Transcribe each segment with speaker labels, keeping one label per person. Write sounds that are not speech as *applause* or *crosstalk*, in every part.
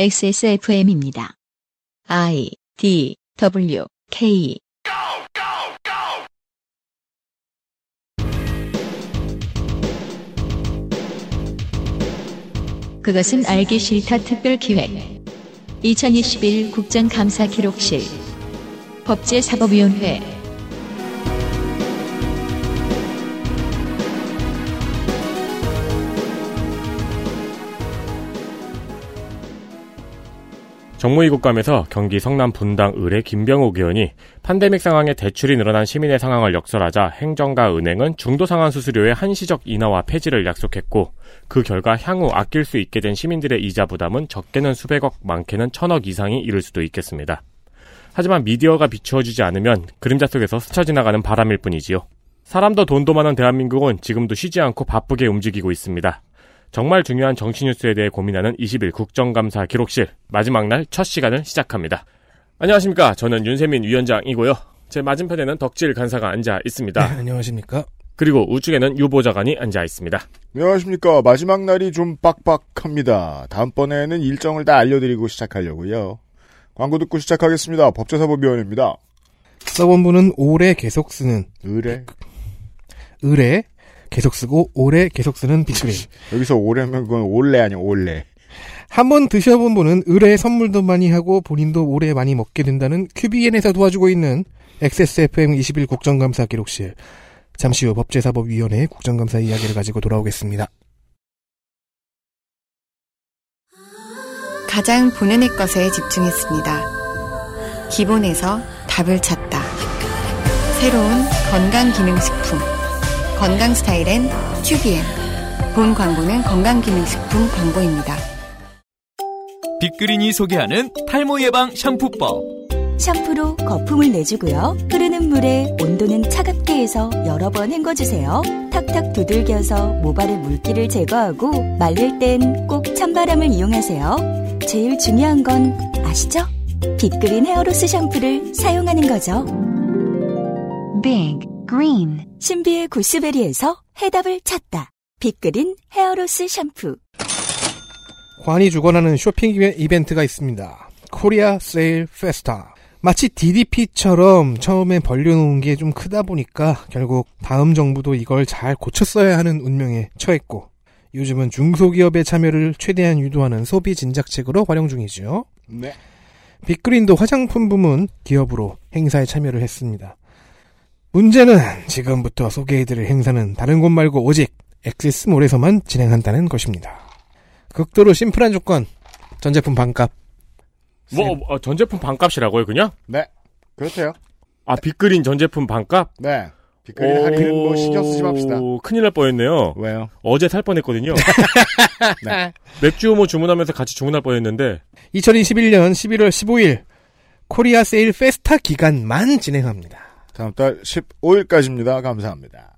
Speaker 1: XSFM입니다. I D W K 그것은 알기 싫다 특별 기획 2021 국정감사 기록실 법제사법위원회
Speaker 2: 정무위 국감에서 경기 성남 분당 의뢰 김병욱 의원이 팬데믹 상황에 대출이 늘어난 시민의 상황을 역설하자 행정과 은행은 중도 상환 수수료의 한시적 인하와 폐지를 약속했고 그 결과 향후 아낄 수 있게 된 시민들의 이자 부담은 적게는 수백억, 많게는 천억 이상이 이를 수도 있겠습니다. 하지만 미디어가 비추어주지 않으면 그림자 속에서 스쳐 지나가는 바람일 뿐이지요. 사람도 돈도 많은 대한민국은 지금도 쉬지 않고 바쁘게 움직이고 있습니다. 정말 중요한 정치뉴스에 대해 고민하는 20일 국정감사 기록실 마지막 날 첫 시간을 시작합니다. 안녕하십니까. 저는 윤세민 위원장이고요. 제 맞은편에는 덕질 간사가 앉아 있습니다.
Speaker 3: 네, 안녕하십니까.
Speaker 2: 그리고 우측에는 유보자관이 앉아 있습니다.
Speaker 4: 안녕하십니까. 마지막 날이 좀 빡빡합니다. 다음번에는 일정을 다 알려드리고 시작하려고요. 광고 듣고 시작하겠습니다. 법제사법위원회입니다.
Speaker 3: 서원부는 오래 계속 쓰는
Speaker 4: 의뢰.
Speaker 3: 을에 계속 쓰고 오래 계속 쓰는 빅그린.
Speaker 4: 여기서 오래면 그건 올레 아니야, 올레.
Speaker 3: 한번 드셔본 분은 을에 선물도 많이 하고 본인도 오래 많이 먹게 된다는 큐비엔에서 도와주고 있는 XSFM 21 국정감사 기록실. 잠시 후 법제사법위원회의 국정감사 이야기를 가지고 돌아오겠습니다.
Speaker 5: 가장 본연의 것에 집중했습니다. 기본에서 답을 찾다. 새로운 건강기능식품. 건강 스타일엔 큐비엔. 본 광고는 건강기능식품 광고입니다.
Speaker 6: 빅그린이 소개하는 탈모 예방 샴푸법.
Speaker 7: 샴푸로 거품을 내주고요. 흐르는 물에 온도는 차갑게 해서 여러 번 헹궈주세요. 탁탁 두들겨서 모발의 물기를 제거하고 말릴 땐 꼭 찬바람을 이용하세요. 제일 중요한 건 아시죠? 빅그린 헤어로스 샴푸를 사용하는 거죠.
Speaker 1: Big Green
Speaker 7: 신비의 구스베리에서 해답을 찾다. 빅그린 헤어로스 샴푸.
Speaker 3: 관이 주관하는 쇼핑 이베- 이벤트가 있습니다. 코리아 세일 페스타. 마치 DDP처럼 처음에 벌려놓은 게 좀 크다 보니까 결국 다음 정부도 이걸 잘 고쳤어야 하는 운명에 처했고 요즘은 중소기업의 참여를 최대한 유도하는 소비 진작책으로 활용 중이지요.
Speaker 4: 네.
Speaker 3: 빅그린도 화장품 부문 기업으로 행사에 참여를 했습니다. 문제는 지금부터 소개해드릴 행사는 다른 곳 말고 오직 엑세스몰에서만 진행한다는 것입니다. 극도로 심플한 조건, 전제품 반값.
Speaker 2: 뭐 어, 전제품 반값이라고요, 그냥?
Speaker 4: 네. 그렇대요.
Speaker 2: 아 빅그린 전제품 반값?
Speaker 4: 네. 빅그린 할인은 뭐 신경 쓰지 맙시다.
Speaker 2: 오, 큰일 날 뻔했네요.
Speaker 4: 왜요?
Speaker 2: 어제 살 뻔했거든요.
Speaker 4: 네.
Speaker 2: 맥주 뭐 주문하면서 같이 주문할 뻔했는데
Speaker 3: 2021년 11월 15일 코리아 세일 페스타 기간만 진행합니다.
Speaker 4: 다음 달 15일까지입니다. 감사합니다.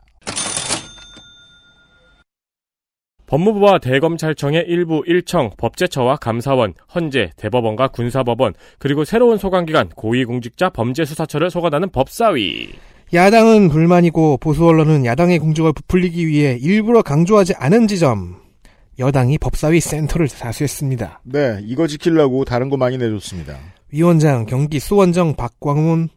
Speaker 2: 법무부와 대검찰청의 일부 일청, 법제처와 감사원, 헌재, 대법원과 군사법원, 그리고 새로운 소관기관 고위공직자 범죄수사처를 소관하는 법사위.
Speaker 3: 야당은 불만이고 보수 언론은 야당의 공적을 부풀리기 위해 일부러 강조하지 않은 지점. 여당이 법사위 센터를 사수했습니다.
Speaker 4: 네. 이거 지키려고 다른 거 많이 내줬습니다.
Speaker 3: 위원장 경기 수원정 박광훈,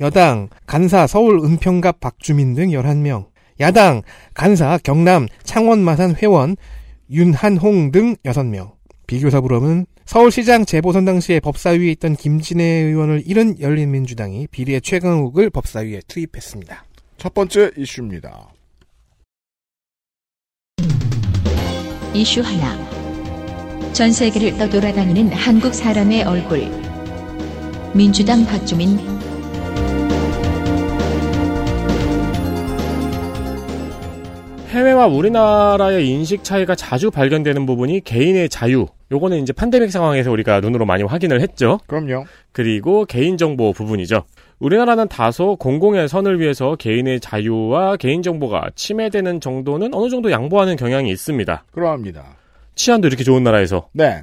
Speaker 3: 여당 간사 서울 은평갑 박주민 등 11명, 야당 간사 경남 창원 마산 회원 윤한홍 등 6명. 비교사부로는 서울시장 재보선 당시에 법사위에 있던 김진애 의원을 잃은 열린민주당이 비례 최강욱을 법사위에 투입했습니다.
Speaker 4: 첫 번째 이슈입니다.
Speaker 1: 이슈 하나 전 세계를 떠돌아다니는 한국 사람의 얼굴 민주당 박주민
Speaker 2: 해외와 우리나라의 인식 차이가 자주 발견되는 부분이 개인의 자유. 요거는 이제 팬데믹 상황에서 우리가 눈으로 많이 확인을 했죠.
Speaker 4: 그럼요.
Speaker 2: 그리고 개인정보 부분이죠. 우리나라는 다소 공공의 선을 위해서 개인의 자유와 개인정보가 침해되는 정도는 어느 정도 양보하는 경향이 있습니다.
Speaker 4: 그러합니다.
Speaker 2: 치안도 이렇게 좋은 나라에서.
Speaker 4: 네.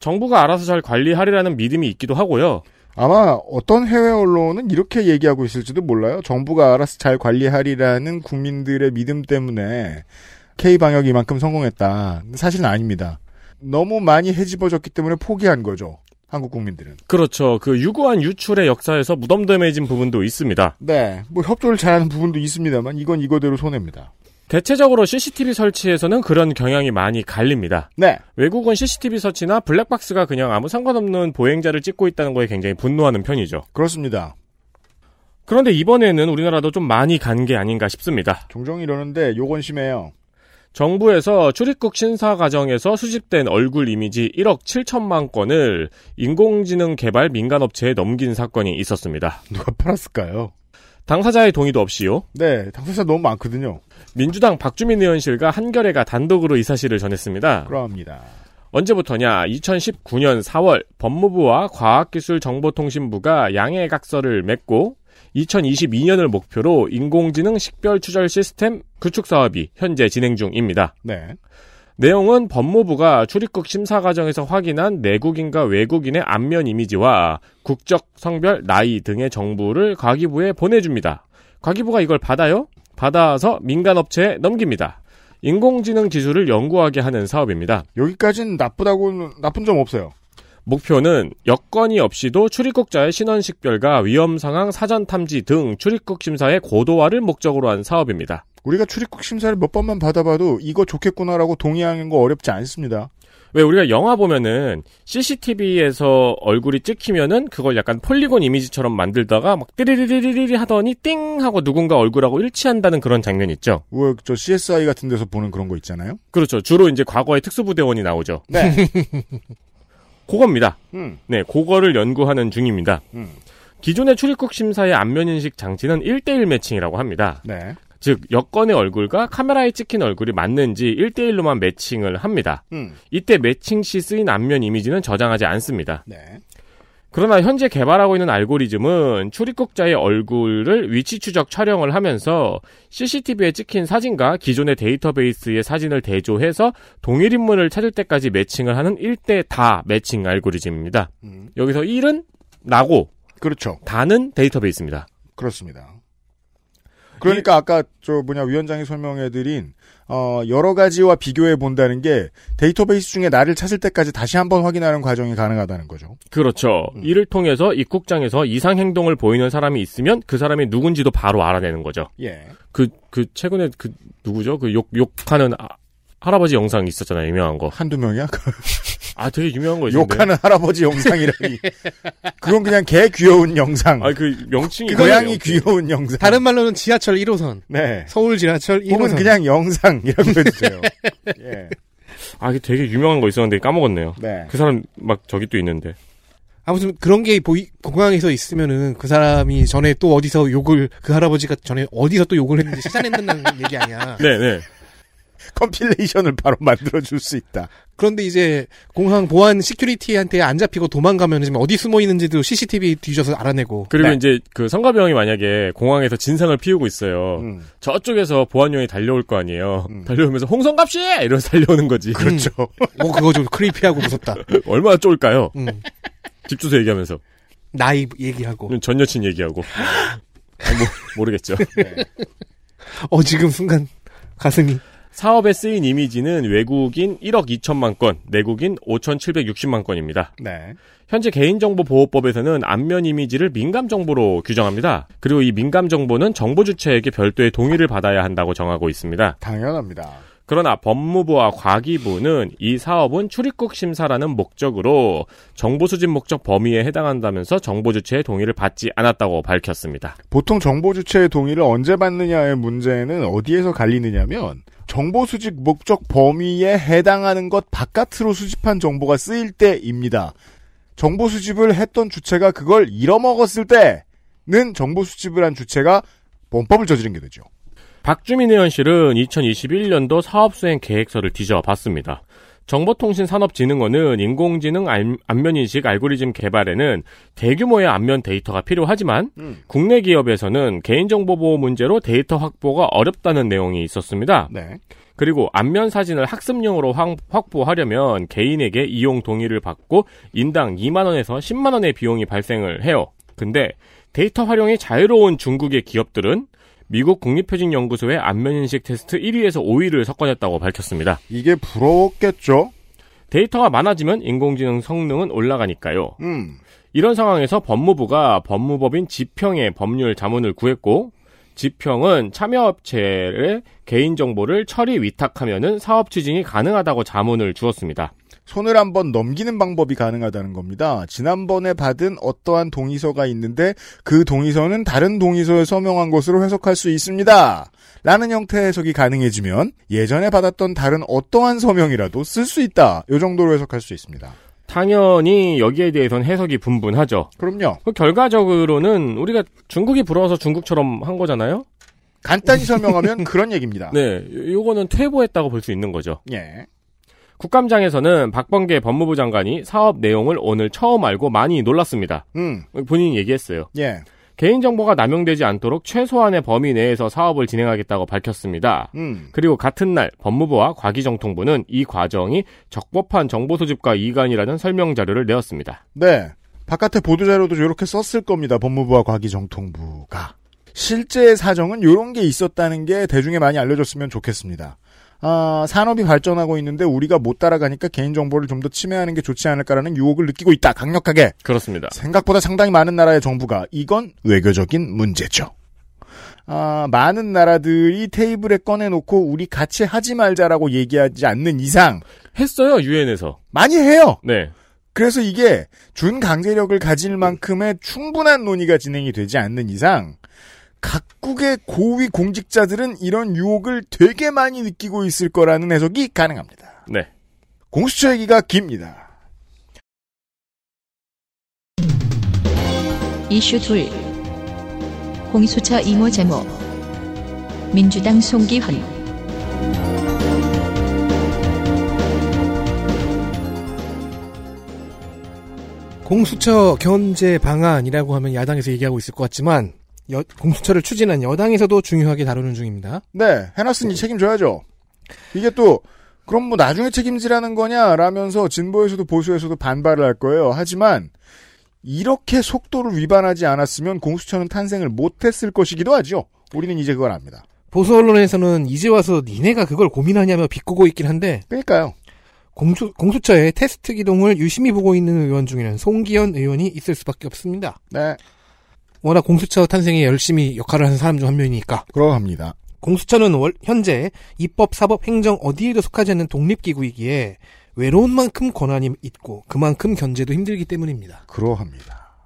Speaker 2: 정부가 알아서 잘 관리하리라는 믿음이 있기도 하고요.
Speaker 4: 아마 어떤 해외 언론은 이렇게 얘기하고 있을지도 몰라요. 정부가 알아서 잘 관리하리라는 국민들의 믿음 때문에 K 방역이 만큼 성공했다. 사실은 아닙니다. 너무 많이 해집어졌기 때문에 포기한 거죠. 한국 국민들은.
Speaker 2: 그렇죠. 그 유구한 유출의 역사에서 무덤덤해진 부분도 있습니다.
Speaker 4: 네. 뭐 협조를 잘하는 부분도 있습니다만 이건 이거대로 손해입니다.
Speaker 2: 대체적으로 CCTV 설치에서는 그런 경향이 많이 갈립니다.
Speaker 4: 네.
Speaker 2: 외국은 CCTV 설치나 블랙박스가 그냥 아무 상관없는 보행자를 찍고 있다는 거에 굉장히 분노하는 편이죠.
Speaker 4: 그렇습니다.
Speaker 2: 그런데 이번에는 우리나라도 좀 많이 간 게 아닌가 싶습니다.
Speaker 4: 종종 이러는데 요건 심해요.
Speaker 2: 정부에서 출입국 신사 과정에서 수집된 얼굴 이미지 1억 7천만 건을 인공지능 개발 민간업체에 넘긴 사건이 있었습니다.
Speaker 4: 누가 팔았을까요?
Speaker 2: 당사자의 동의도 없이요.
Speaker 4: 네. 당사자 너무 많거든요.
Speaker 2: 민주당 박주민 의원실과 한겨레가 단독으로 이 사실을 전했습니다.
Speaker 4: 그러합니다.
Speaker 2: 언제부터냐? 2019년 4월 법무부와 과학기술정보통신부가 양해각서를 맺고 2022년을 목표로 인공지능 식별 추절 시스템 구축 사업이 현재 진행 중입니다.
Speaker 4: 네.
Speaker 2: 내용은 법무부가 출입국 심사 과정에서 확인한 내국인과 외국인의 안면 이미지와 국적, 성별, 나이 등의 정보를 과기부에 보내줍니다. 과기부가 이걸 받아요? 받아서 민간업체에 넘깁니다. 인공지능 기술을 연구하게 하는 사업입니다.
Speaker 4: 여기까지는 나쁘다고 나쁜 점 없어요.
Speaker 2: 목표는 여건이 없이도 출입국자의 신원식별과 위험상황 사전탐지 등 출입국 심사의 고도화를 목적으로 한 사업입니다.
Speaker 4: 우리가 출입국 심사를 몇 번만 받아봐도 이거 좋겠구나라고 동의하는 거 어렵지 않습니다.
Speaker 2: 왜 우리가 영화 보면은 CCTV에서 얼굴이 찍히면은 그걸 약간 폴리곤 이미지처럼 만들다가 막 띠리리리리리 하더니 띵 하고 누군가 얼굴하고 일치한다는 그런 장면 있죠.
Speaker 4: 왜 저 CSI 같은 데서 보는 그런 거 있잖아요.
Speaker 2: 그렇죠. 주로 이제 과거의 특수부대원이 나오죠.
Speaker 4: 네.
Speaker 2: 그겁니다.
Speaker 4: *laughs* 음.
Speaker 2: 네, 그거를 연구하는 중입니다.
Speaker 4: 음.
Speaker 2: 기존의 출입국 심사의 안면 인식 장치는 1대1 매칭이라고 합니다.
Speaker 4: 네.
Speaker 2: 즉 여권의 얼굴과 카메라에 찍힌 얼굴이 맞는지 1대1로만 매칭을 합니다.
Speaker 4: 음.
Speaker 2: 이때 매칭 시 쓰인 안면 이미지는 저장하지 않습니다.
Speaker 4: 네.
Speaker 2: 그러나 현재 개발하고 있는 알고리즘은 출입국자의 얼굴을 위치 추적 촬영을 하면서 CCTV에 찍힌 사진과 기존의 데이터베이스의 사진을 대조해서 동일 인물을 찾을 때까지 매칭을 하는 1대 다 매칭 알고리즘입니다.
Speaker 4: 음.
Speaker 2: 여기서 1은 나고
Speaker 4: 그렇죠.
Speaker 2: 다는 데이터베이스입니다.
Speaker 4: 그렇습니다. 그러니까 아까 저 뭐냐 위원장이 설명해드린 어 여러 가지와 비교해 본다는 게 데이터베이스 중에 나를 찾을 때까지 다시 한번 확인하는 과정이 가능하다는 거죠.
Speaker 2: 그렇죠.
Speaker 4: 음.
Speaker 2: 이를 통해서 입국장에서 이상 행동을 보이는 사람이 있으면 그 사람이 누군지도 바로 알아내는 거죠.
Speaker 4: 예.
Speaker 2: 그, 그, 최근에 그, 누구죠? 그 욕, 욕하는 아- 할아버지 영상 있었잖아요. 유명한 거.
Speaker 4: 한두 명이야? *laughs*
Speaker 2: 아, 되게 유명한 거 있는데.
Speaker 4: 욕하는 할아버지 *laughs* 영상이라니. 그건 그냥 개 귀여운 영상.
Speaker 2: 아, 그, 명칭이. 뭐예요?
Speaker 4: 고양이 귀여운 영상.
Speaker 3: 다른 말로는 지하철 1호선,
Speaker 4: 네.
Speaker 3: 서울 지하철
Speaker 4: 혹은
Speaker 3: 1호선.
Speaker 4: 그냥 영상이라고 해주세요. 예.
Speaker 2: 아, 이게 되게 유명한 거 있었는데 까먹었네요.
Speaker 4: 네.
Speaker 2: 그 사람, 막, 저기 또 있는데.
Speaker 3: 아무튼 그런 게 보이, 공항에서 있으면은 그 사람이 전에 또 어디서 욕을 그 할아버지가 전에 어디서 또 욕을 했는지 찾아낸다는 *laughs* 얘기 아니야.
Speaker 2: 네네.
Speaker 4: 컴필레이션을 바로 만들어줄 수 있다.
Speaker 3: 그런데 이제 공항 보안 시큐리티한테 안 잡히고 도망가면 지금 어디 숨어 있는지도 CCTV 뒤져서 알아내고
Speaker 2: 그리고
Speaker 4: 네.
Speaker 2: 이제 그 성가병이 만약에 공항에서 진상을 피우고 있어요.
Speaker 4: 음.
Speaker 2: 저쪽에서 보안용이 달려올 거 아니에요.
Speaker 4: 음.
Speaker 2: 달려오면서 홍성갑씨! 이러면서 달려오는 거지.
Speaker 4: 그렇죠.
Speaker 3: 뭐 그거 좀 크리피하고 무섭다.
Speaker 2: 얼마나 쫄까요?
Speaker 3: 음.
Speaker 2: 집 주소 얘기하면서.
Speaker 3: 나이 얘기하고
Speaker 2: 전 여친 얘기하고. 아, 뭐, 모르겠죠.
Speaker 3: 어 지금 순간 가슴이
Speaker 2: 사업에 쓰인 이미지는 외국인 1억 2천만 건, 내국인 5,760만 건입니다.
Speaker 4: 네.
Speaker 2: 현재 개인정보보호법에서는 안면 이미지를 민감정보로 규정합니다. 그리고 이 민감정보는 정보주체에게 별도의 동의를 받아야 한다고 정하고 있습니다.
Speaker 4: 당연합니다.
Speaker 2: 그러나 법무부와 과기부는 이 사업은 출입국 심사라는 목적으로 정보수집 목적 범위에 해당한다면서 정보주체의 동의를 받지 않았다고 밝혔습니다.
Speaker 4: 보통 정보 주체의 동의를 언제 받느냐의 문제는 어디에서 갈리느냐면 정보 수집 목적 범위에 해당하는 것 바깥으로 수집한 정보가 쓰일 때입니다. 정보 수집을 했던 주체가 그걸 잃어먹었을 때는 정보 수집을 한 주체가 범법을 저지른 게 되죠.
Speaker 2: 박주민 의원실은 2021년도 사업수행 계획서를 뒤져봤습니다. 정보통신산업진흥원은 인공지능 알- 안면인식 알고리즘 개발에는 대규모의 안면 데이터가 필요하지만 국내 기업에서는 개인정보보호 문제로 데이터 확보가 어렵다는 내용이 있었습니다.
Speaker 4: 네.
Speaker 2: 그리고 안면 사진을 학습용으로 확- 확보하려면 개인에게 이용 동의를 받고 인당 2만 원에서 10만 원의 비용이 발생을 해요. 근데 데이터 활용이 자유로운 중국의 기업들은 미국 국립표준연구소의 안면 인식 테스트 1위에서 5위를 석권했다고 밝혔습니다.
Speaker 4: 이게 부러웠겠죠?
Speaker 2: 데이터가 많아지면 인공지능 성능은 올라가니까요.
Speaker 4: 음.
Speaker 2: 이런 상황에서 법무부가 법무법인 지평의 법률 자문을 구했고 지평은 참여업체의 개인정보를 처리 위탁하면은 사업 추진이 가능하다고 자문을 주었습니다.
Speaker 4: 손을 한번 넘기는 방법이 가능하다는 겁니다. 지난번에 받은 어떠한 동의서가 있는데 그 동의서는 다른 동의서에 서명한 것으로 해석할 수 있습니다. 라는 형태의 해석이 가능해지면 예전에 받았던 다른 어떠한 서명이라도 쓸 수 있다. 요 정도로 해석할 수 있습니다.
Speaker 2: 당연히 여기에 대해선 해석이 분분하죠.
Speaker 4: 그럼요.
Speaker 2: 그 결과적으로는 우리가 중국이 부러워서 중국처럼 한 거잖아요.
Speaker 4: 간단히 설명하면 그런 얘기입니다.
Speaker 2: 네, 요- 요거는 퇴보했다고 볼 수 있는 거죠.
Speaker 4: 예.
Speaker 2: 국감장에서는 박범계 법무부 장관이 사업 내용을 오늘 처음 알고 많이 놀랐습니다.
Speaker 4: 음.
Speaker 2: 본인이 얘기했어요.
Speaker 4: 예.
Speaker 2: 개인정보가 남용되지 않도록 최소한의 범위 내에서 사업을 진행하겠다고 밝혔습니다.
Speaker 4: 음.
Speaker 2: 그리고 같은 날 법무부와 과기정통부는 이 과정이 적법한 정보 소집과 이관이라는 설명 자료를 내었습니다.
Speaker 4: 네. 바깥에 보도자료도 이렇게 썼을 겁니다. 법무부와 과기정통부가. 실제 사정은 이런 게 있었다는 게 대중에 많이 알려졌으면 좋겠습니다. 아, 산업이 발전하고 있는데 우리가 못 따라가니까 개인정보를 좀 더 침해하는 게 좋지 않을까라는 유혹을 느끼고 있다. 강력하게.
Speaker 2: 그렇습니다.
Speaker 4: 생각보다 상당히 많은 나라의 정부가 이건 외교적인 문제죠. 아, 많은 나라들이 테이블에 꺼내놓고 우리 같이 하지 말자라고 얘기하지 않는 이상
Speaker 2: 했어요 유엔에서.
Speaker 4: 많이 해요.
Speaker 2: 네.
Speaker 4: 그래서 이게 준강제력을 가질 만큼의 충분한 논의가 진행이 되지 않는 이상 각국의 고위 공직자들은 이런 유혹을 되게 많이 느끼고 있을 거라는 해석이 가능합니다.
Speaker 2: 네.
Speaker 4: 공수처 얘기가 깁니다.
Speaker 1: 이슈 둘 공수처 이모 제모 민주당 송기헌
Speaker 3: 공수처 견제 방안이라고 하면 야당에서 얘기하고 있을 것 같지만 여- 공수처를 추진한 여당에서도 중요하게 다루는 중입니다.
Speaker 4: 네, 해놨으니 책임져야죠. 이게 또 그럼 뭐 나중에 책임지라는 거냐 라면서 진보에서도 보수에서도 반발을 할 거예요. 하지만 이렇게 속도를 위반하지 않았으면 공수처는 탄생을 못했을 것이기도 하죠. 우리는 이제 그걸 압니다.
Speaker 3: 보수 언론에서는 이제 와서 니네가 그걸 고민하냐며 비꼬고 있긴 한데
Speaker 4: 그러니까요.
Speaker 3: 공수, 공수처의 테스트 기동을 유심히 보고 있는 의원 중에는 송기현 의원이 있을 수밖에 없습니다.
Speaker 4: 네,
Speaker 3: 워낙 공수처 탄생에 열심히 역할을 하는 사람 중 한 명이니까
Speaker 4: 그러합니다.
Speaker 3: 공수처는 월- 현재 입법, 사법, 행정 어디에도 속하지 않는 독립기구이기에 외로운 만큼 권한이 있고 그만큼 견제도 힘들기 때문입니다.
Speaker 4: 그러합니다.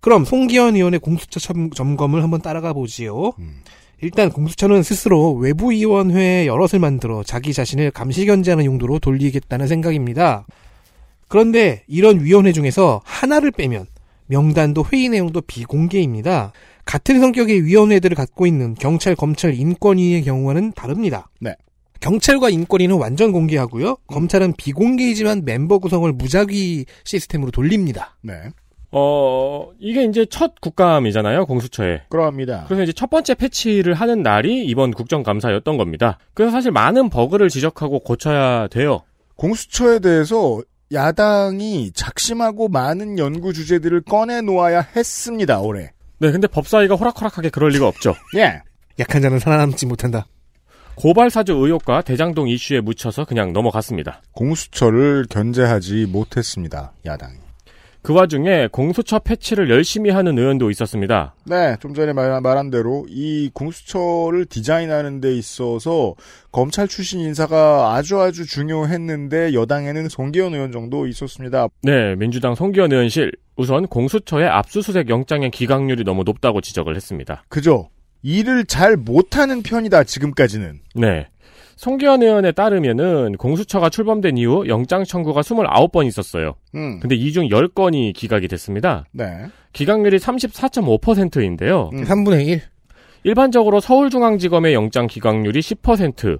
Speaker 3: 그럼 송기현 의원의 공수처 점- 점검을 한번 따라가 보지요.
Speaker 4: 음.
Speaker 3: 일단 공수처는 스스로 외부위원회 여럿을 만들어 자기 자신을 감시견제하는 용도로 돌리겠다는 생각입니다. 그런데 이런 위원회 중에서 하나를 빼면 명단도 회의 내용도 비공개입니다. 같은 성격의 위원회들을 갖고 있는 경찰, 검찰, 인권위의 경우와는 다릅니다.
Speaker 4: 네.
Speaker 3: 경찰과 인권위는 완전 공개하고요. 검찰은 비공개이지만 멤버 구성을 무작위 시스템으로 돌립니다.
Speaker 4: 네,
Speaker 2: 어 이게 이제 첫 국감이잖아요 공수처에.
Speaker 4: 그러합니다.
Speaker 2: 그래서 이제 첫 번째 패치를 하는 날이 이번 국정감사였던 겁니다. 그래서 사실 많은 버그를 지적하고 고쳐야 돼요.
Speaker 4: 공수처에 대해서 야당이 작심하고 많은 연구 주제들을 꺼내 놓아야 했습니다. 올해.
Speaker 2: 네, 근데 법사위가 호락호락하게 그럴 리가 없죠.
Speaker 4: 예.
Speaker 3: 약한 자는 살아남지 못한다.
Speaker 2: 고발사주 의혹과 대장동 이슈에 묻혀서 그냥 넘어갔습니다.
Speaker 4: 공수처를 견제하지 못했습니다. 야당이.
Speaker 2: 그 와중에 공수처 패치를 열심히 하는 의원도 있었습니다.
Speaker 4: 네, 좀 전에 말, 한 대로 이 공수처를 디자인하는 데 있어서 검찰 출신 인사가 아주 아주 중요했는데 여당에는 송기현 의원 정도 있었습니다.
Speaker 2: 네, 민주당 송기현 의원실. 우선 공수처의 압수수색 영장의 기각률이 너무 높다고 지적을 했습니다.
Speaker 4: 그죠? 일을 잘 못하는 편이다 지금까지는.
Speaker 2: 네. 송기현 의원에 따르면은 공수처가 출범된 이후 영장 청구가 29번 있었어요.
Speaker 4: 음.
Speaker 2: 근데 이 중 10건이 기각이 됐습니다.
Speaker 4: 네.
Speaker 2: 기각률이 34.5%인데요.
Speaker 4: 음.
Speaker 3: 3분의 1.
Speaker 2: 일반적으로 서울중앙지검의 영장 기각률이 10%,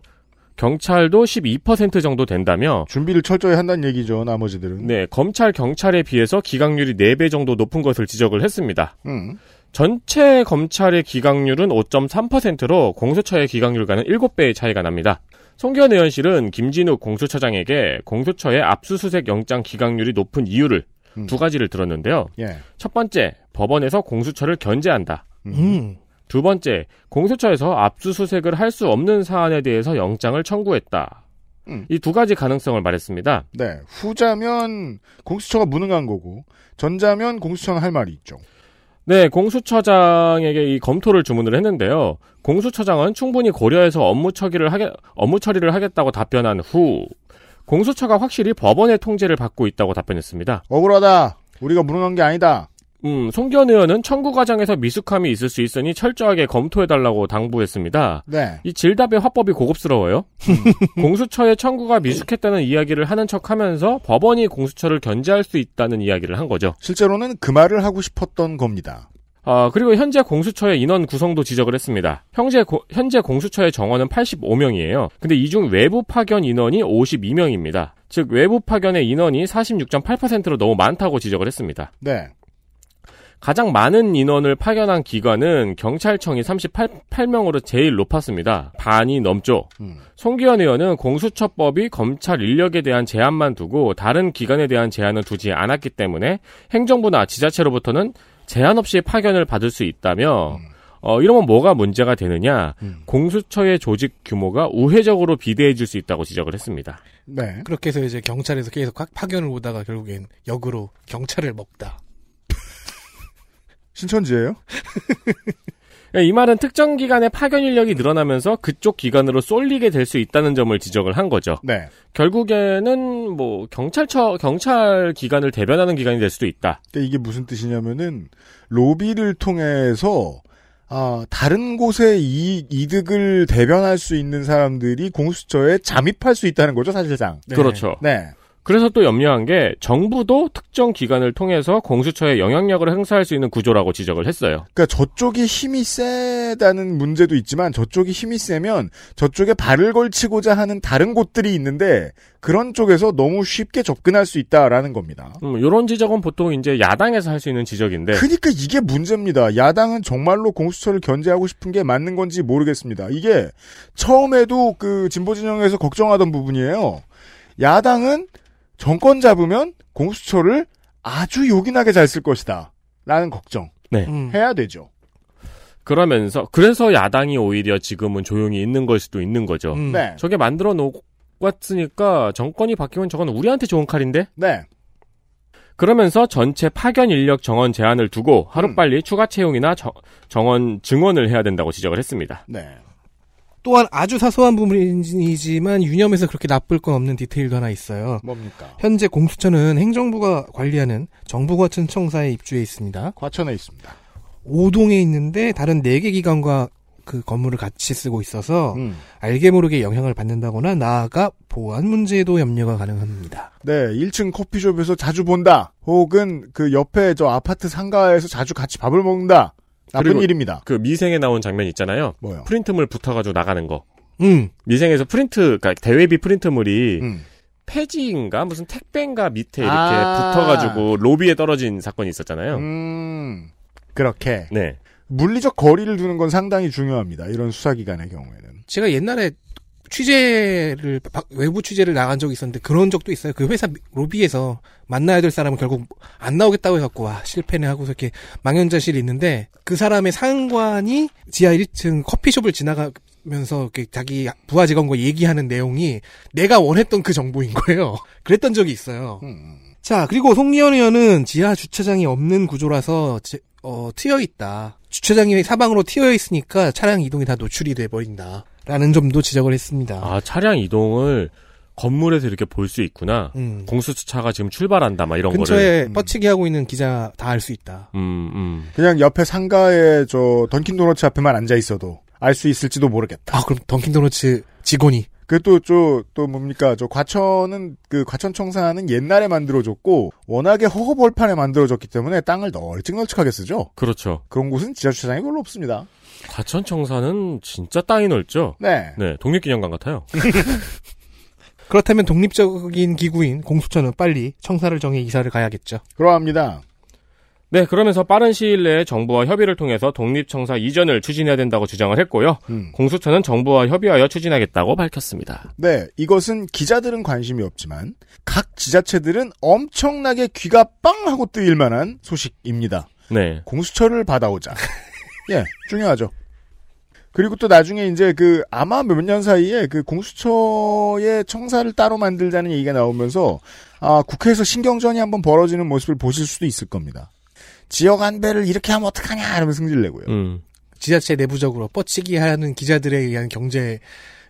Speaker 2: 경찰도 12% 정도 된다며
Speaker 4: 준비를 철저히 한다는 얘기죠. 나머지들은.
Speaker 2: 네, 검찰, 경찰에 비해서 기각률이 4배 정도 높은 것을 지적을 했습니다.
Speaker 4: 음.
Speaker 2: 전체 검찰의 기각률은 5.3%로 공수처의 기각률과는 7배의 차이가 납니다. 송기현 의원실은 김진욱 공수처장에게 공수처의 압수수색 영장 기각률이 높은 이유를
Speaker 4: 음.
Speaker 2: 두 가지를 들었는데요.
Speaker 4: 예.
Speaker 2: 첫 번째, 법원에서 공수처를 견제한다.
Speaker 3: 음.
Speaker 2: 두 번째, 공수처에서 압수수색을 할 수 없는 사안에 대해서 영장을 청구했다.
Speaker 4: 음.
Speaker 2: 이 두 가지 가능성을 말했습니다.
Speaker 4: 네. 후자면 공수처가 무능한 거고 전자면 공수처는 할 말이 있죠.
Speaker 2: 네, 공수처장에게 이 검토를 주문을 했는데요. 공수처장은 충분히 고려해서 업무 처리를 하게 업무 처리를 하겠다고 답변한 후 공수처가 확실히 법원의 통제를 받고 있다고 답변했습니다.
Speaker 4: 억울하다. 우리가 무능한 게 아니다.
Speaker 2: 음, 송기현 의원은 청구 과정에서 미숙함이 있을 수 있으니 철저하게 검토해 달라고 당부했습니다.
Speaker 4: 네.
Speaker 2: 이 질답의 화법이 고급스러워요. *laughs* 공수처의 청구가 미숙했다는 이야기를 하는 척하면서 법원이 공수처를 견제할 수 있다는 이야기를 한 거죠.
Speaker 4: 실제로는 그 말을 하고 싶었던 겁니다.
Speaker 2: 아, 그리고 현재 공수처의 인원 구성도 지적을 했습니다. 현재, 고- 현재 공수처의 정원은 85명이에요. 근데 이 중 외부 파견 인원이 52명입니다. 즉, 외부 파견의 인원이 46.8%로 너무 많다고 지적을 했습니다.
Speaker 4: 네.
Speaker 2: 가장 많은 인원을 파견한 기관은 경찰청이 38명으로 제일 높았습니다. 반이 넘죠.
Speaker 4: 음.
Speaker 2: 송기현 의원은 공수처법이 검찰 인력에 대한 제한만 두고 다른 기관에 대한 제한은 두지 않았기 때문에 행정부나 지자체로부터는 제한 없이 파견을 받을 수 있다며 어, 이러면 뭐가 문제가 되느냐 공수처의 조직 규모가 우회적으로 비대해질 수 있다고 지적을 했습니다.
Speaker 4: 네.
Speaker 3: 그렇게 해서 이제 경찰에서 계속 각- 파견을 오다가 결국엔 역으로 경찰을 먹다.
Speaker 4: 신천지예요?
Speaker 2: 예, 이 말은 특정 기관의 파견 인력이 늘어나면서 그쪽 기관으로 쏠리게 될 수 있다는 점을 지적을 한 거죠.
Speaker 4: 네.
Speaker 2: 결국에는 뭐 경찰처 경찰 기관을 대변하는 기관이 될 수도 있다.
Speaker 4: 근데 이게 무슨 뜻이냐면은 로비를 통해서 아, 다른 곳의 이, 이득을 대변할 수 있는 사람들이 공수처에 잠입할 수 있다는 거죠, 사실상.
Speaker 2: 그렇죠.
Speaker 4: 네.
Speaker 2: 그래서 또 염려한 게 정부도 특정 기관을 통해서 공수처의 영향력을 행사할 수 있는 구조라고 지적을 했어요.
Speaker 4: 그러니까 저쪽이 힘이 세다는 문제도 있지만 저쪽이 힘이 세면 저쪽에 발을 걸치고자 하는 다른 곳들이 있는데 그런 쪽에서 너무 쉽게 접근할 수 있다라는 겁니다.
Speaker 2: 음, 이런 지적은 보통 이제 야당에서 할 수 있는
Speaker 3: 네.
Speaker 2: 지적인데
Speaker 4: 그러니까 이게 문제입니다. 야당은 정말로 공수처를 견제하고 싶은 게 맞는 건지 모르겠습니다. 이게 처음에도 그 진보 진영에서 걱정하던 부분이에요. 야당은 정권 잡으면 공수처를 아주 요긴하게 잘 쓸 것이다. 라는 걱정
Speaker 3: 음.
Speaker 4: 네. 해야 되죠.
Speaker 2: 그러면서 그래서 야당이 오히려 지금은 조용히 있는 걸 수도 있는 거죠.
Speaker 3: 음.
Speaker 4: 네.
Speaker 2: 저게 만들어 놓았으니까 정권이 바뀌면 저건 우리한테 좋은 칼인데
Speaker 4: 네.
Speaker 2: 그러면서 전체 파견 인력 정원 제한을 두고 하루빨리
Speaker 4: 음.
Speaker 2: 추가 채용이나 정- 정원 증원을 해야 된다고 지적을 했습니다.
Speaker 4: 네.
Speaker 3: 또한 아주 사소한 부분이지만 유념해서 그렇게 나쁠 건 없는 디테일도 하나 있어요.
Speaker 4: 뭡니까?
Speaker 3: 현재 공수처는 행정부가 관리하는 정부과천청사에 입주해 있습니다.
Speaker 4: 과천에 있습니다.
Speaker 3: 5동에 있는데 다른 4개 기관과 그 건물을 같이 쓰고 있어서
Speaker 4: 음.
Speaker 3: 알게 모르게 영향을 받는다거나 나아가 보안 문제에도 염려가 가능합니다.
Speaker 4: 네, 1층 커피숍에서 자주 본다. 혹은 그 옆에 저 아파트 상가에서 자주 같이 밥을 먹는다. 나쁜
Speaker 2: 그리고-
Speaker 4: 일입니다.
Speaker 2: 그 미생에 나온 장면 있잖아요.
Speaker 4: 뭐요?
Speaker 2: 프린트물 붙어가지고 나가는 거.
Speaker 3: 음,
Speaker 2: 미생에서 프린트, 그러니까 대외비 프린트물이
Speaker 4: 음.
Speaker 2: 폐지인가 무슨 택배인가 밑에 이렇게
Speaker 4: 아.
Speaker 2: 붙어가지고 로비에 떨어진 사건이 있었잖아요.
Speaker 4: 음, 그렇게.
Speaker 2: 네.
Speaker 4: 물리적 거리를 두는 건 상당히 중요합니다. 이런 수사기관의 경우에는.
Speaker 3: 제가 옛날에 취재를 바- 외부 취재를 나간 적이 있었는데 그런 적도 있어요. 그 회사 로비에서 만나야 될 사람은 결국 안 나오겠다고 해갖고 와 실패네 하고서 이렇게 망연자실이 있는데 그 사람의 상관이 지하 1층 커피숍을 지나가면서 이렇게 자기 부하 직원과 얘기하는 내용이 내가 원했던 그 정보인 거예요. *laughs* 그랬던 적이 있어요.
Speaker 2: 음.
Speaker 3: 자 그리고 송리현 의원은 지하 주차장이 없는 구조라서 제- 어, 트여 있다. 주차장이 사방으로 트여 있으니까 차량 이동이 다 노출이 돼 버린다. 라는 점도 지적을 했습니다.
Speaker 2: 아, 차량 이동을 건물에서 이렇게 볼 수 있구나.
Speaker 3: 음.
Speaker 2: 공수처차가 지금 출발한다, 막 이런 거를.
Speaker 3: 근처에 뻗치기 하고 있는 기자 다 알 수 있다.
Speaker 2: 음, 음.
Speaker 4: 그냥 옆에 상가에 저 던킨 도너츠 앞에만 앉아 있어도 알 수 있을지도 모르겠다.
Speaker 3: 아 그럼 던킨도너츠 직원이
Speaker 4: 그또저또 뭡니까 저 과천은 그 과천청사는 옛날에 만들어졌고 워낙에 허허벌판에 만들어졌기 때문에 땅을 널찍널찍하게 쓰죠.
Speaker 2: 그렇죠.
Speaker 4: 그런 곳은 지하 주차장이 별로 없습니다.
Speaker 2: 과천청사는 진짜 땅이 넓죠?
Speaker 4: 네.
Speaker 2: 네, 독립기념관 같아요.
Speaker 3: 그렇다면 독립적인 기구인 공수처는 빨리 청사를 정해 이사를 가야겠죠.
Speaker 4: 그러합니다.
Speaker 2: 네, 그러면서 빠른 시일 내에 정부와 협의를 통해서 독립청사 이전을 추진해야 된다고 주장을 했고요.
Speaker 4: 음.
Speaker 2: 공수처는 정부와 협의하여 추진하겠다고 밝혔습니다.
Speaker 4: 네, 이것은 기자들은 관심이 없지만 각 지자체들은 엄청나게 귀가 빵 하고 뜨일 만한 소식입니다.
Speaker 2: 네.
Speaker 4: *laughs* 공수처를 받아오자. 예, 중요하죠. 그리고 또 나중에 이제 그 아마 몇 년 사이에 그 공수처의 청사를 따로 만들자는 얘기가 나오면서 아 국회에서 신경전이 한번 벌어지는 모습을 보실 수도 있을 겁니다. 지역 안배를 이렇게 하면 어떡하냐 이러면 승질 내고요.
Speaker 2: 음.
Speaker 3: 지자체 내부적으로 뻗치기 하는 기자들에 의한 경제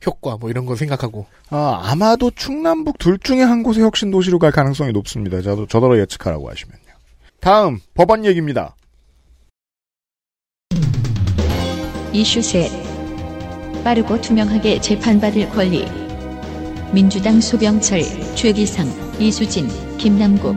Speaker 3: 효과 뭐 이런 거 생각하고
Speaker 4: 아 아마도 충남북 둘 중에 한 곳에 혁신 도시로 갈 가능성이 높습니다. 저도 저더러 예측하라고 하시면요. 다음 법안 얘기입니다.
Speaker 1: 이슈 셋 빠르고 투명하게 재판받을 권리 민주당 소병철, 최기상, 이수진, 김남국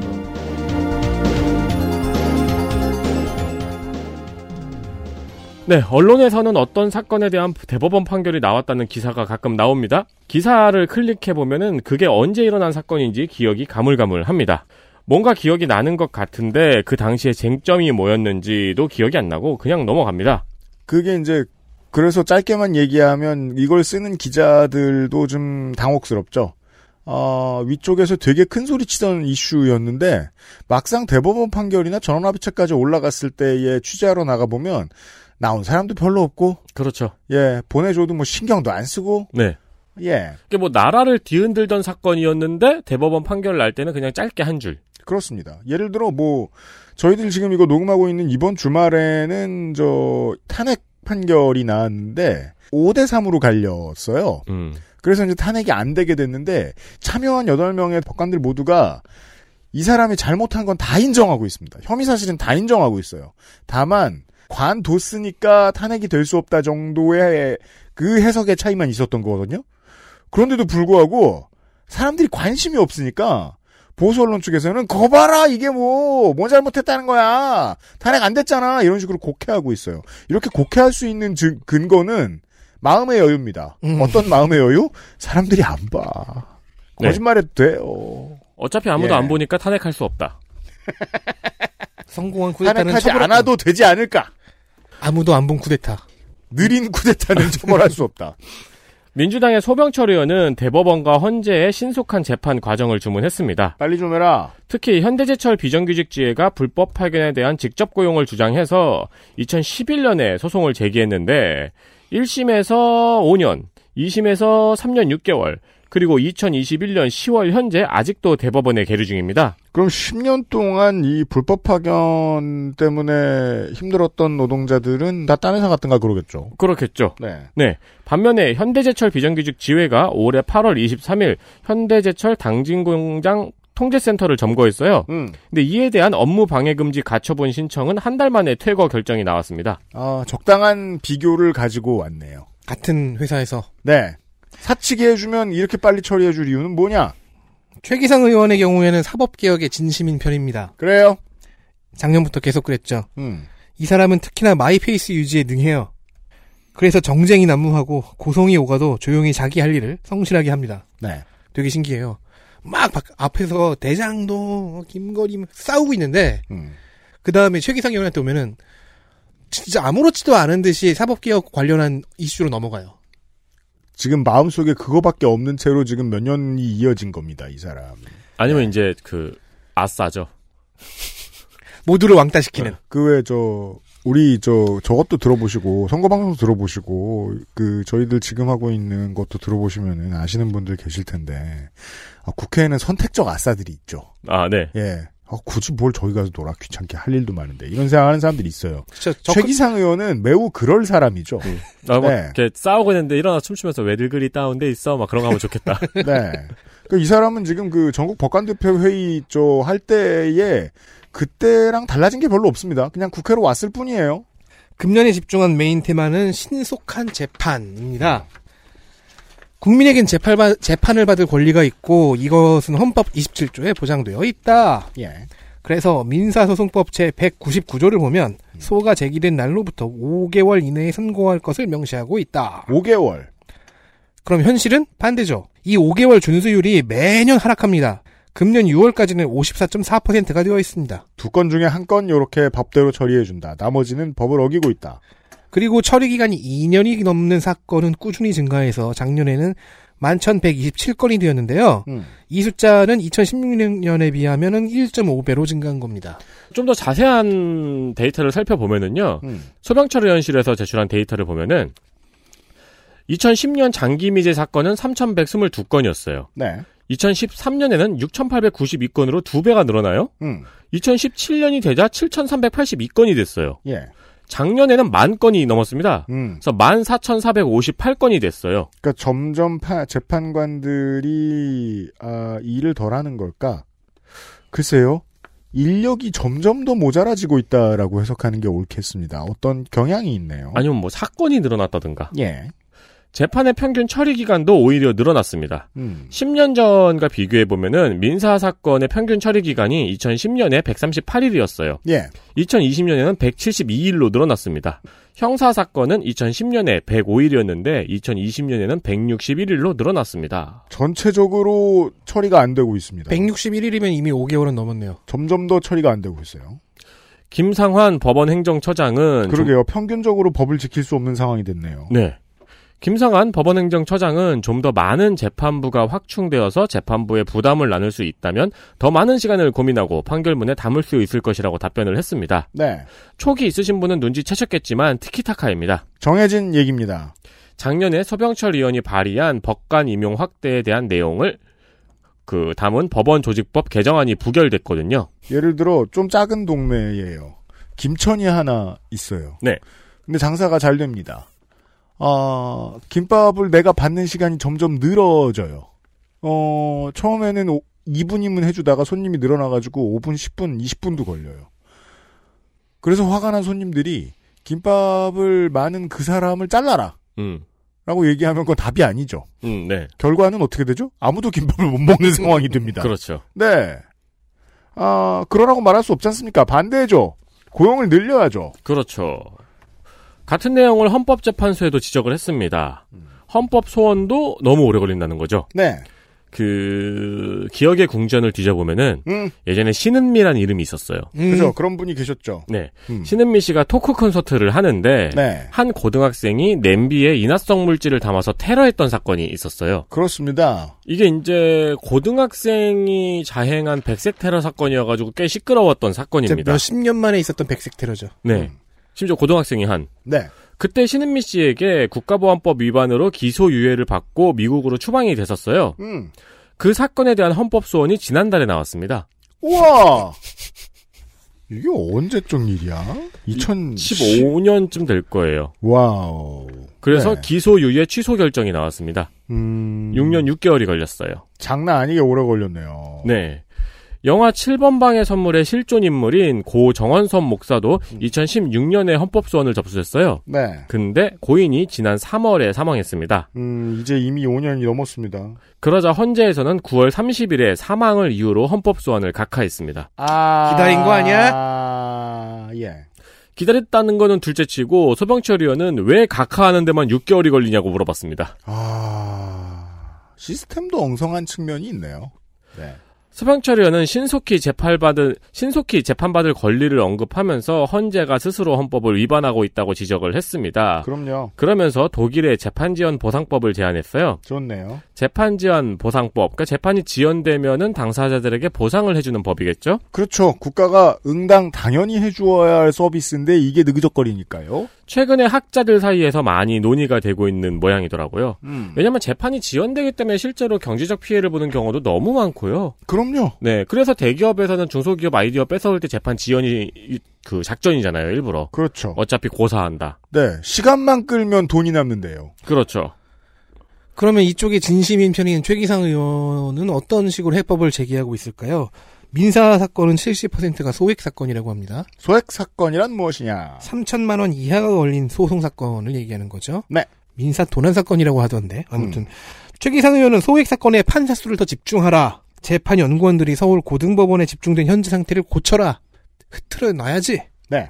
Speaker 2: 네, 언론에서는 어떤 사건에 대한 대법원 판결이 나왔다는 기사가 가끔 나옵니다. 기사를 클릭해보면은 그게 언제 일어난 사건인지 기억이 가물가물합니다. 뭔가 기억이 나는 것 같은데 그 당시에 쟁점이 뭐였는지도 기억이 안 나고 그냥 넘어갑니다.
Speaker 4: 그게 이제 그래서 짧게만 얘기하면 이걸 쓰는 기자들도 좀 당혹스럽죠. 아, 위쪽에서 되게 큰 소리 치던 이슈였는데 막상 대법원 판결이나 전원합의체까지 올라갔을 때에 취재하러 나가보면 나온 사람도 별로 없고
Speaker 2: 그렇죠.
Speaker 4: 예 보내줘도 뭐 신경도 안 쓰고
Speaker 2: 네.
Speaker 4: 예
Speaker 2: 이게 뭐 나라를 뒤흔들던 사건이었는데 대법원 판결 날 때는 그냥 짧게 한 줄.
Speaker 4: 그렇습니다. 예를 들어 뭐 저희들 지금 이거 녹음하고 있는 이번 주말에는 저 탄핵 판결이 나왔는데 5대 3으로 갈렸어요.
Speaker 2: 음.
Speaker 4: 그래서 이제 탄핵이 안 되게 됐는데 참여한 8명의 법관들 모두가 이 사람이 잘못한 건 다 인정하고 있습니다. 혐의 사실은 다 인정하고 있어요. 다만 관뒀으니까 탄핵이 될 수 없다 정도의 그 해석의 차이만 있었던 거거든요. 그런데도 불구하고 사람들이 관심이 없으니까 보수 언론 쪽에서는 거 봐라 이게 뭐, 뭐 잘못했다는 거야. 탄핵 안 됐잖아. 이런 식으로 곡해하고 있어요. 이렇게 곡해할 수 있는 증- 근거는 마음의 여유입니다.
Speaker 3: 음.
Speaker 4: 어떤 마음의 여유? 사람들이 안 봐.
Speaker 2: 네.
Speaker 4: 거짓말해도 돼요.
Speaker 2: 어차피 아무도
Speaker 4: 예.
Speaker 2: 안 보니까 탄핵할 수 없다.
Speaker 3: 성공한 쿠데타는
Speaker 4: 탄핵하지
Speaker 3: 처벌
Speaker 4: 않아도 되지 않을까.
Speaker 3: 아무도 안 본 쿠데타
Speaker 4: 느린 *laughs* 쿠데타는 처벌할 수 없다.
Speaker 2: 민주당의 소병철 의원은 대법원과 헌재의 신속한 재판 과정을 주문했습니다.
Speaker 4: 빨리 좀 해라.
Speaker 2: 특히 현대제철 비정규직지회가 불법 파견에 대한 직접 고용을 주장해서 2011년에 소송을 제기했는데 1심에서 5년, 2심에서 3년 6개월, 그리고 2021년 10월 현재 아직도 대법원에 계류 중입니다.
Speaker 4: 그럼 10년 동안 이 불법 파견 때문에 힘들었던 노동자들은 다 딴 회사 같은가 그러겠죠.
Speaker 2: 그렇겠죠.
Speaker 4: 네.
Speaker 2: 네. 반면에 현대제철 비정규직 지회가 올해 8월 23일 현대제철 당진공장 통제센터를 점거했어요.
Speaker 4: 음.
Speaker 2: 근데 이에 대한 업무 방해 금지 가처분 신청은 한 달 만에 퇴거 결정이 나왔습니다.
Speaker 4: 아, 적당한 비교를 가지고 왔네요.
Speaker 3: 같은 회사에서
Speaker 4: 네. 사치게 해주면 이렇게 빨리 처리해줄 이유는 뭐냐?
Speaker 3: 최기상 의원의 경우에는 사법개혁의 진심인 편입니다.
Speaker 4: 그래요.
Speaker 3: 작년부터 계속 그랬죠.
Speaker 4: 음.
Speaker 3: 이 사람은 특히나 마이페이스 유지에 능해요. 그래서 정쟁이 난무하고 고성이 오가도 조용히 자기 할 일을 성실하게 합니다.
Speaker 4: 네.
Speaker 3: 되게 신기해요. 막 밖- 앞에서 대장도 김거리 막 싸우고 있는데
Speaker 4: 음.
Speaker 3: 그 다음에 최기상 의원한테 오면은 진짜 아무렇지도 않은 듯이 사법개혁 관련한 이슈로 넘어가요.
Speaker 4: 지금 마음속에 그거밖에 없는 채로 지금 몇 년이 이어진 겁니다, 이 사람.
Speaker 2: 아니면 이제 그 아싸죠.
Speaker 3: 모두를 왕따시키는.
Speaker 4: 그 외 저, 우리 저, 저것도 들어보시고, 선거방송도 들어보시고, 그, 저희들 지금 하고 있는 것도 들어보시면은 아시는 분들 계실 텐데, 아, 국회에는 선택적 아싸들이 있죠.
Speaker 2: 아, 네.
Speaker 4: 예. 아, 굳이 뭘 저기 가서 놀아 귀찮게 할 일도 많은데 이런 생각하는 사람들이 있어요.
Speaker 3: 그쵸, 저
Speaker 4: 최기상 의원은 매우 그럴 사람이죠.
Speaker 2: 아, 막
Speaker 4: 네.
Speaker 2: 이렇게 싸우고 있는데 일어나 춤추면서 왜들 그리 다운돼 있어? 막 그런 거 하면
Speaker 4: *laughs*
Speaker 2: 좋겠다.
Speaker 4: *laughs* 네. 그이 사람은 지금 그 전국 법관대표 회의 저 할 때에 그때랑 달라진 게 별로 없습니다. 그냥 국회로 왔을 뿐이에요.
Speaker 3: 그 금년에 집중한 메인 테마는 신속한 재판입니다. 국민에겐 재판, 재판을 받을 권리가 있고 이것은 헌법 27조에 보장되어 있다.
Speaker 4: 예.
Speaker 3: 그래서 민사소송법 제199조를 보면 소가 제기된 날로부터 5개월 이내에 선고할 것을 명시하고 있다.
Speaker 4: 5개월.
Speaker 3: 그럼 현실은 반대죠. 이 5개월 준수율이 매년 하락합니다. 금년 6월까지는 54.4%가 되어 있습니다.
Speaker 4: 두 건 중에 한 건 이렇게 법대로 처리해 준다. 나머지는 법을 어기고 있다.
Speaker 3: 그리고 처리 기간이 2년이 넘는 사건은 꾸준히 증가해서 작년에는 11,127건이 되었는데요.
Speaker 4: 음.
Speaker 3: 이 숫자는 2016년에 비하면 은 1.5배로 증가한 겁니다.
Speaker 2: 좀 더 자세한 데이터를 살펴보면은요.
Speaker 4: 음.
Speaker 2: 소병철 의원실에서 제출한 데이터를 보면은 2010년 장기미제 사건은 3,122건이었어요.
Speaker 4: 네.
Speaker 2: 2013년에는 6,892건으로 두배가 늘어나요.
Speaker 4: 음.
Speaker 2: 2017년이 되자 7,382건이 됐어요.
Speaker 4: 예.
Speaker 2: 작년에는 만 건이 넘었습니다.
Speaker 4: 음.
Speaker 2: 그래서 14,458건이 됐어요.
Speaker 4: 그러니까 점점 파- 재판관들이 아, 일을 덜하는 걸까? 글쎄요. 인력이 점점 더 모자라지고 있다라고 해석하는 게 옳겠습니다. 어떤 경향이 있네요.
Speaker 2: 아니면 뭐 사건이 늘어났다든가.
Speaker 4: 예.
Speaker 2: 재판의 평균 처리 기간도 오히려 늘어났습니다.
Speaker 4: 음.
Speaker 2: 10년 전과 비교해 보면은 민사 사건의 평균 처리 기간이 2010년에 138일이었어요.
Speaker 4: 예.
Speaker 2: 2020년에는 172일로 늘어났습니다. 형사 사건은 2010년에 105일이었는데 2020년에는 161일로 늘어났습니다.
Speaker 4: 전체적으로 처리가 안 되고 있습니다.
Speaker 3: 161일이면 이미 5개월은 넘었네요.
Speaker 4: 점점 더 처리가 안 되고 있어요.
Speaker 2: 김상환 법원 행정처장은 좀-
Speaker 4: 그러게요. 평균적으로 법을 지킬 수 없는 상황이 됐네요.
Speaker 2: 네. 김상환 법원행정처장은 좀 더 많은 재판부가 확충되어서 재판부의 부담을 나눌 수 있다면 더 많은 시간을 고민하고 판결문에 담을 수 있을 것이라고 답변을 했습니다.
Speaker 4: 네.
Speaker 2: 초기 있으신 분은 눈치채셨겠지만 티키타카입니다.
Speaker 4: 정해진 얘기입니다.
Speaker 2: 작년에 서병철 의원이 발의한 법관 임용 확대에 대한 내용을 그 담은 법원 조직법 개정안이 부결됐거든요.
Speaker 4: 예를 들어 좀 작은 동네예요. 김천이 하나 있어요.
Speaker 2: 네.
Speaker 4: 근데 장사가 잘 됩니다. 아, 김밥을 내가 받는 시간이 점점 늘어져요. 어, 처음에는 2분이면 해주다가 손님이 늘어나가지고 5분, 10분, 20분도 걸려요. 그래서 화가 난 손님들이 김밥을 많은 그 사람을 잘라라!
Speaker 2: 음,
Speaker 4: 라고 얘기하면 그건 답이 아니죠.
Speaker 2: 음, 네,
Speaker 4: 결과는 어떻게 되죠? 아무도 김밥을 못 먹는 *laughs* 상황이 됩니다.
Speaker 2: 그렇죠.
Speaker 4: 네. 아, 그러라고 말할 수 없지 않습니까? 반대죠. 고용을 늘려야죠.
Speaker 2: 그렇죠. 같은 내용을 헌법재판소에도 지적을 했습니다. 헌법 소원도 너무 오래 걸린다는 거죠.
Speaker 4: 네.
Speaker 2: 그 기억의 궁전을 뒤져보면은
Speaker 4: 음,
Speaker 2: 예전에 신은미란 이름이 있었어요.
Speaker 3: 음,
Speaker 4: 그죠. 그런 분이 계셨죠.
Speaker 2: 네,
Speaker 4: 음.
Speaker 2: 신은미 씨가 토크 콘서트를 하는데
Speaker 4: 네.
Speaker 2: 한 고등학생이 냄비에 인화성 물질을 담아서 테러했던 사건이 있었어요.
Speaker 4: 그렇습니다.
Speaker 2: 이게 이제 고등학생이 자행한 백색 테러 사건이어가지고 꽤 시끄러웠던
Speaker 3: 진짜
Speaker 2: 사건입니다.
Speaker 3: 몇십 년 만에 있었던 백색 테러죠.
Speaker 2: 네, 심지어 고등학생이 한
Speaker 4: 네.
Speaker 2: 그때 신은미 씨에게 국가보안법 위반으로 기소유예를 받고 미국으로 추방이 됐었어요.
Speaker 4: 음.
Speaker 2: 그 사건에 대한 헌법 소원이 지난달에 나왔습니다.
Speaker 4: 우와! 이게 언제적 일이야? 음, 2015.
Speaker 2: 15년쯤 될 거예요.
Speaker 4: 와우.
Speaker 2: 그래서
Speaker 4: 네.
Speaker 2: 기소유예 취소 결정이 나왔습니다.
Speaker 4: 음.
Speaker 2: 6년 6개월이 걸렸어요.
Speaker 4: 장난 아니게 오래 걸렸네요.
Speaker 2: 네. 영화 7번 방의 선물의 실존 인물인 고 정원선 목사도
Speaker 4: 음.
Speaker 2: 2016년에 헌법 소원을 접수했어요.
Speaker 4: 네.
Speaker 2: 근데 고인이 지난 3월에 사망했습니다.
Speaker 4: 음, 이제 이미 5년이 넘었습니다.
Speaker 2: 그러자 헌재에서는 9월 30일에 사망을 이유로 헌법 소원을 각하했습니다.
Speaker 4: 아.
Speaker 3: 기다린 거 아니야?
Speaker 4: 아, 예.
Speaker 2: 기다렸다는 거는 둘째치고 소병철 의원은 왜 각하하는 데만 6개월이 걸리냐고 물어봤습니다.
Speaker 4: 아. 시스템도 엉성한 측면이 있네요. 네.
Speaker 2: 소병철 의원은 신속히 재판받을 신속히 재판받을 권리를 언급하면서 헌재가 스스로 헌법을 위반하고 있다고 지적을
Speaker 3: 아.
Speaker 2: 했습니다.
Speaker 4: 그럼요.
Speaker 2: 그러면서 독일의 재판지연 보상법을 제안했어요.
Speaker 4: 좋네요.
Speaker 2: 재판지연 보상법, 그러니까 재판이 지연되면은 당사자들에게 보상을 해주는 법이겠죠.
Speaker 4: 그렇죠. 국가가 응당 당연히 해주어야 할 서비스인데 이게 느그적거리니까요.
Speaker 2: 최근에 학자들 사이에서 많이 논의가 되고 있는 모양이더라고요.
Speaker 4: 음.
Speaker 2: 왜냐하면 재판이 지연되기 때문에 실제로 경제적 피해를 보는 경우도 너무 많고요.
Speaker 4: 그럼요.
Speaker 2: 네, 그래서 대기업에서는 중소기업 아이디어 뺏어올 때 재판 지연이 이- 그 작전이잖아요, 일부러.
Speaker 4: 그렇죠.
Speaker 2: 어차피 고사한다.
Speaker 4: 네. 시간만 끌면 돈이 남는데요.
Speaker 2: 그렇죠.
Speaker 3: 그러면 이쪽에 진심인 편인 최기상 의원은 어떤 식으로 해법을 제기하고 있을까요? 민사 사건은 70%가 소액 사건이라고 합니다.
Speaker 4: 소액 사건이란 무엇이냐?
Speaker 3: 3천만 원 이하가 걸린 소송 사건을 얘기하는 거죠.
Speaker 4: 네.
Speaker 3: 민사 도난 사건이라고 하던데 아무튼 최기상 의원은 소액 사건의 판사 수를 더 집중하라. 재판 연구원들이 서울 고등법원에 집중된 현재 상태를 고쳐라. 흐트러 놔야지.
Speaker 4: 네.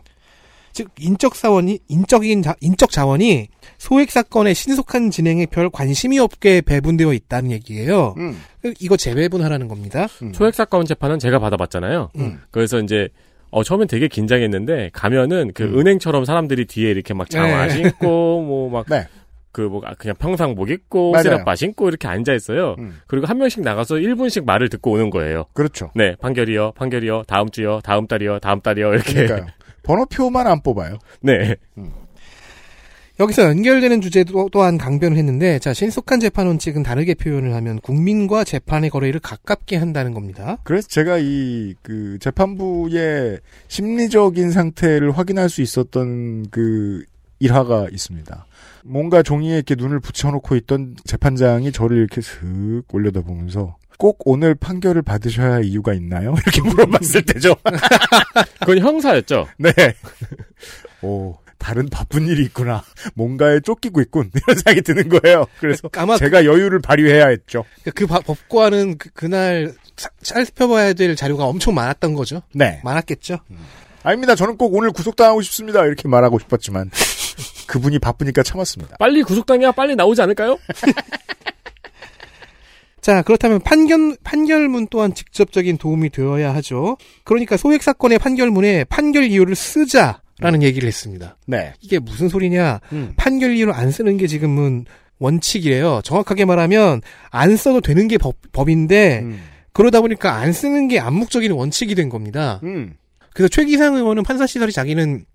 Speaker 3: 즉 인적 사원이 인적인 자, 인적 자원이 소액 사건의 신속한 진행에 별 관심이 없게 배분되어 있다는 얘기예요.
Speaker 4: 음.
Speaker 3: 이거 재배분하라는 겁니다.
Speaker 4: 음.
Speaker 2: 소액 사건 재판은 제가 받아봤잖아요.
Speaker 4: 음.
Speaker 2: 그래서 이제 어, 처음엔 되게 긴장했는데 가면은 그
Speaker 4: 음.
Speaker 2: 은행처럼 사람들이 뒤에 이렇게 막 장화
Speaker 3: 네.
Speaker 2: 신고 뭐 막
Speaker 4: 네.
Speaker 2: 그 뭐 그냥 평상복 입고
Speaker 4: 맞아요.
Speaker 2: 쓰라빠 신고 이렇게 앉아 있어요.
Speaker 4: 음.
Speaker 2: 그리고 한 명씩 나가서 1분씩 말을 듣고 오는 거예요.
Speaker 4: 그렇죠.
Speaker 2: 네, 판결이요, 판결이요, 다음 주요, *laughs* 다음 달이요, 다음 달이요 이렇게.
Speaker 4: 그러니까요. 번호표만 안 뽑아요.
Speaker 2: 네.
Speaker 3: 여기서 연결되는 주제 도 또한 강변을 했는데 자 신속한 재판 원칙은 다르게 표현을 하면 국민과 재판의 거래를 가깝게 한다는 겁니다.
Speaker 4: 그래서 제가 이 그 재판부의 심리적인 상태를 확인할 수 있었던 그 일화가 있습니다. 뭔가 종이에 이렇게 눈을 붙여놓고 있던 재판장이 저를 이렇게 슥 올려다보면서 꼭 오늘 판결을 받으셔야 할 이유가 있나요? *laughs* 이렇게 물어봤을 때죠. *laughs*
Speaker 2: 그건 형사였죠.
Speaker 4: 네. *laughs* 오, 다른 바쁜 일이 있구나. 뭔가에 쫓기고 있군. *laughs* 이런 생각이 드는 거예요. 그래서
Speaker 3: 그러니까 아마
Speaker 4: 제가 여유를 발휘해야 했죠.
Speaker 3: 그, 그 바- 법관은 그, 그날 사- 살펴봐야 될 자료가 엄청 많았던 거죠.
Speaker 4: 네.
Speaker 3: 많았겠죠.
Speaker 4: 아닙니다. 저는 꼭 오늘 구속당하고 싶습니다. 이렇게
Speaker 3: *laughs*
Speaker 4: 말하고 싶었지만 그분이 바쁘니까 참았습니다.
Speaker 2: 빨리 구속당해야 빨리 나오지 않을까요?
Speaker 3: 자, 그렇다면 판결, 판결문 또한 직접적인 도움이 되어야 하죠. 그러니까 소액 사건의 판결문에 판결 이유를 쓰자라는 얘기를 했습니다.
Speaker 4: 네.
Speaker 3: 이게 무슨 소리냐?
Speaker 4: 음.
Speaker 3: 판결 이유를 안 쓰는 게 지금은 원칙이래요. 정확하게 말하면 안 써도 되는 게 법, 법인데
Speaker 4: 음.
Speaker 3: 그러다 보니까 안 쓰는 게 암묵적인 원칙이 된 겁니다.
Speaker 4: 음.
Speaker 3: 그래서 최기상 의원은 판사 시설이 자기는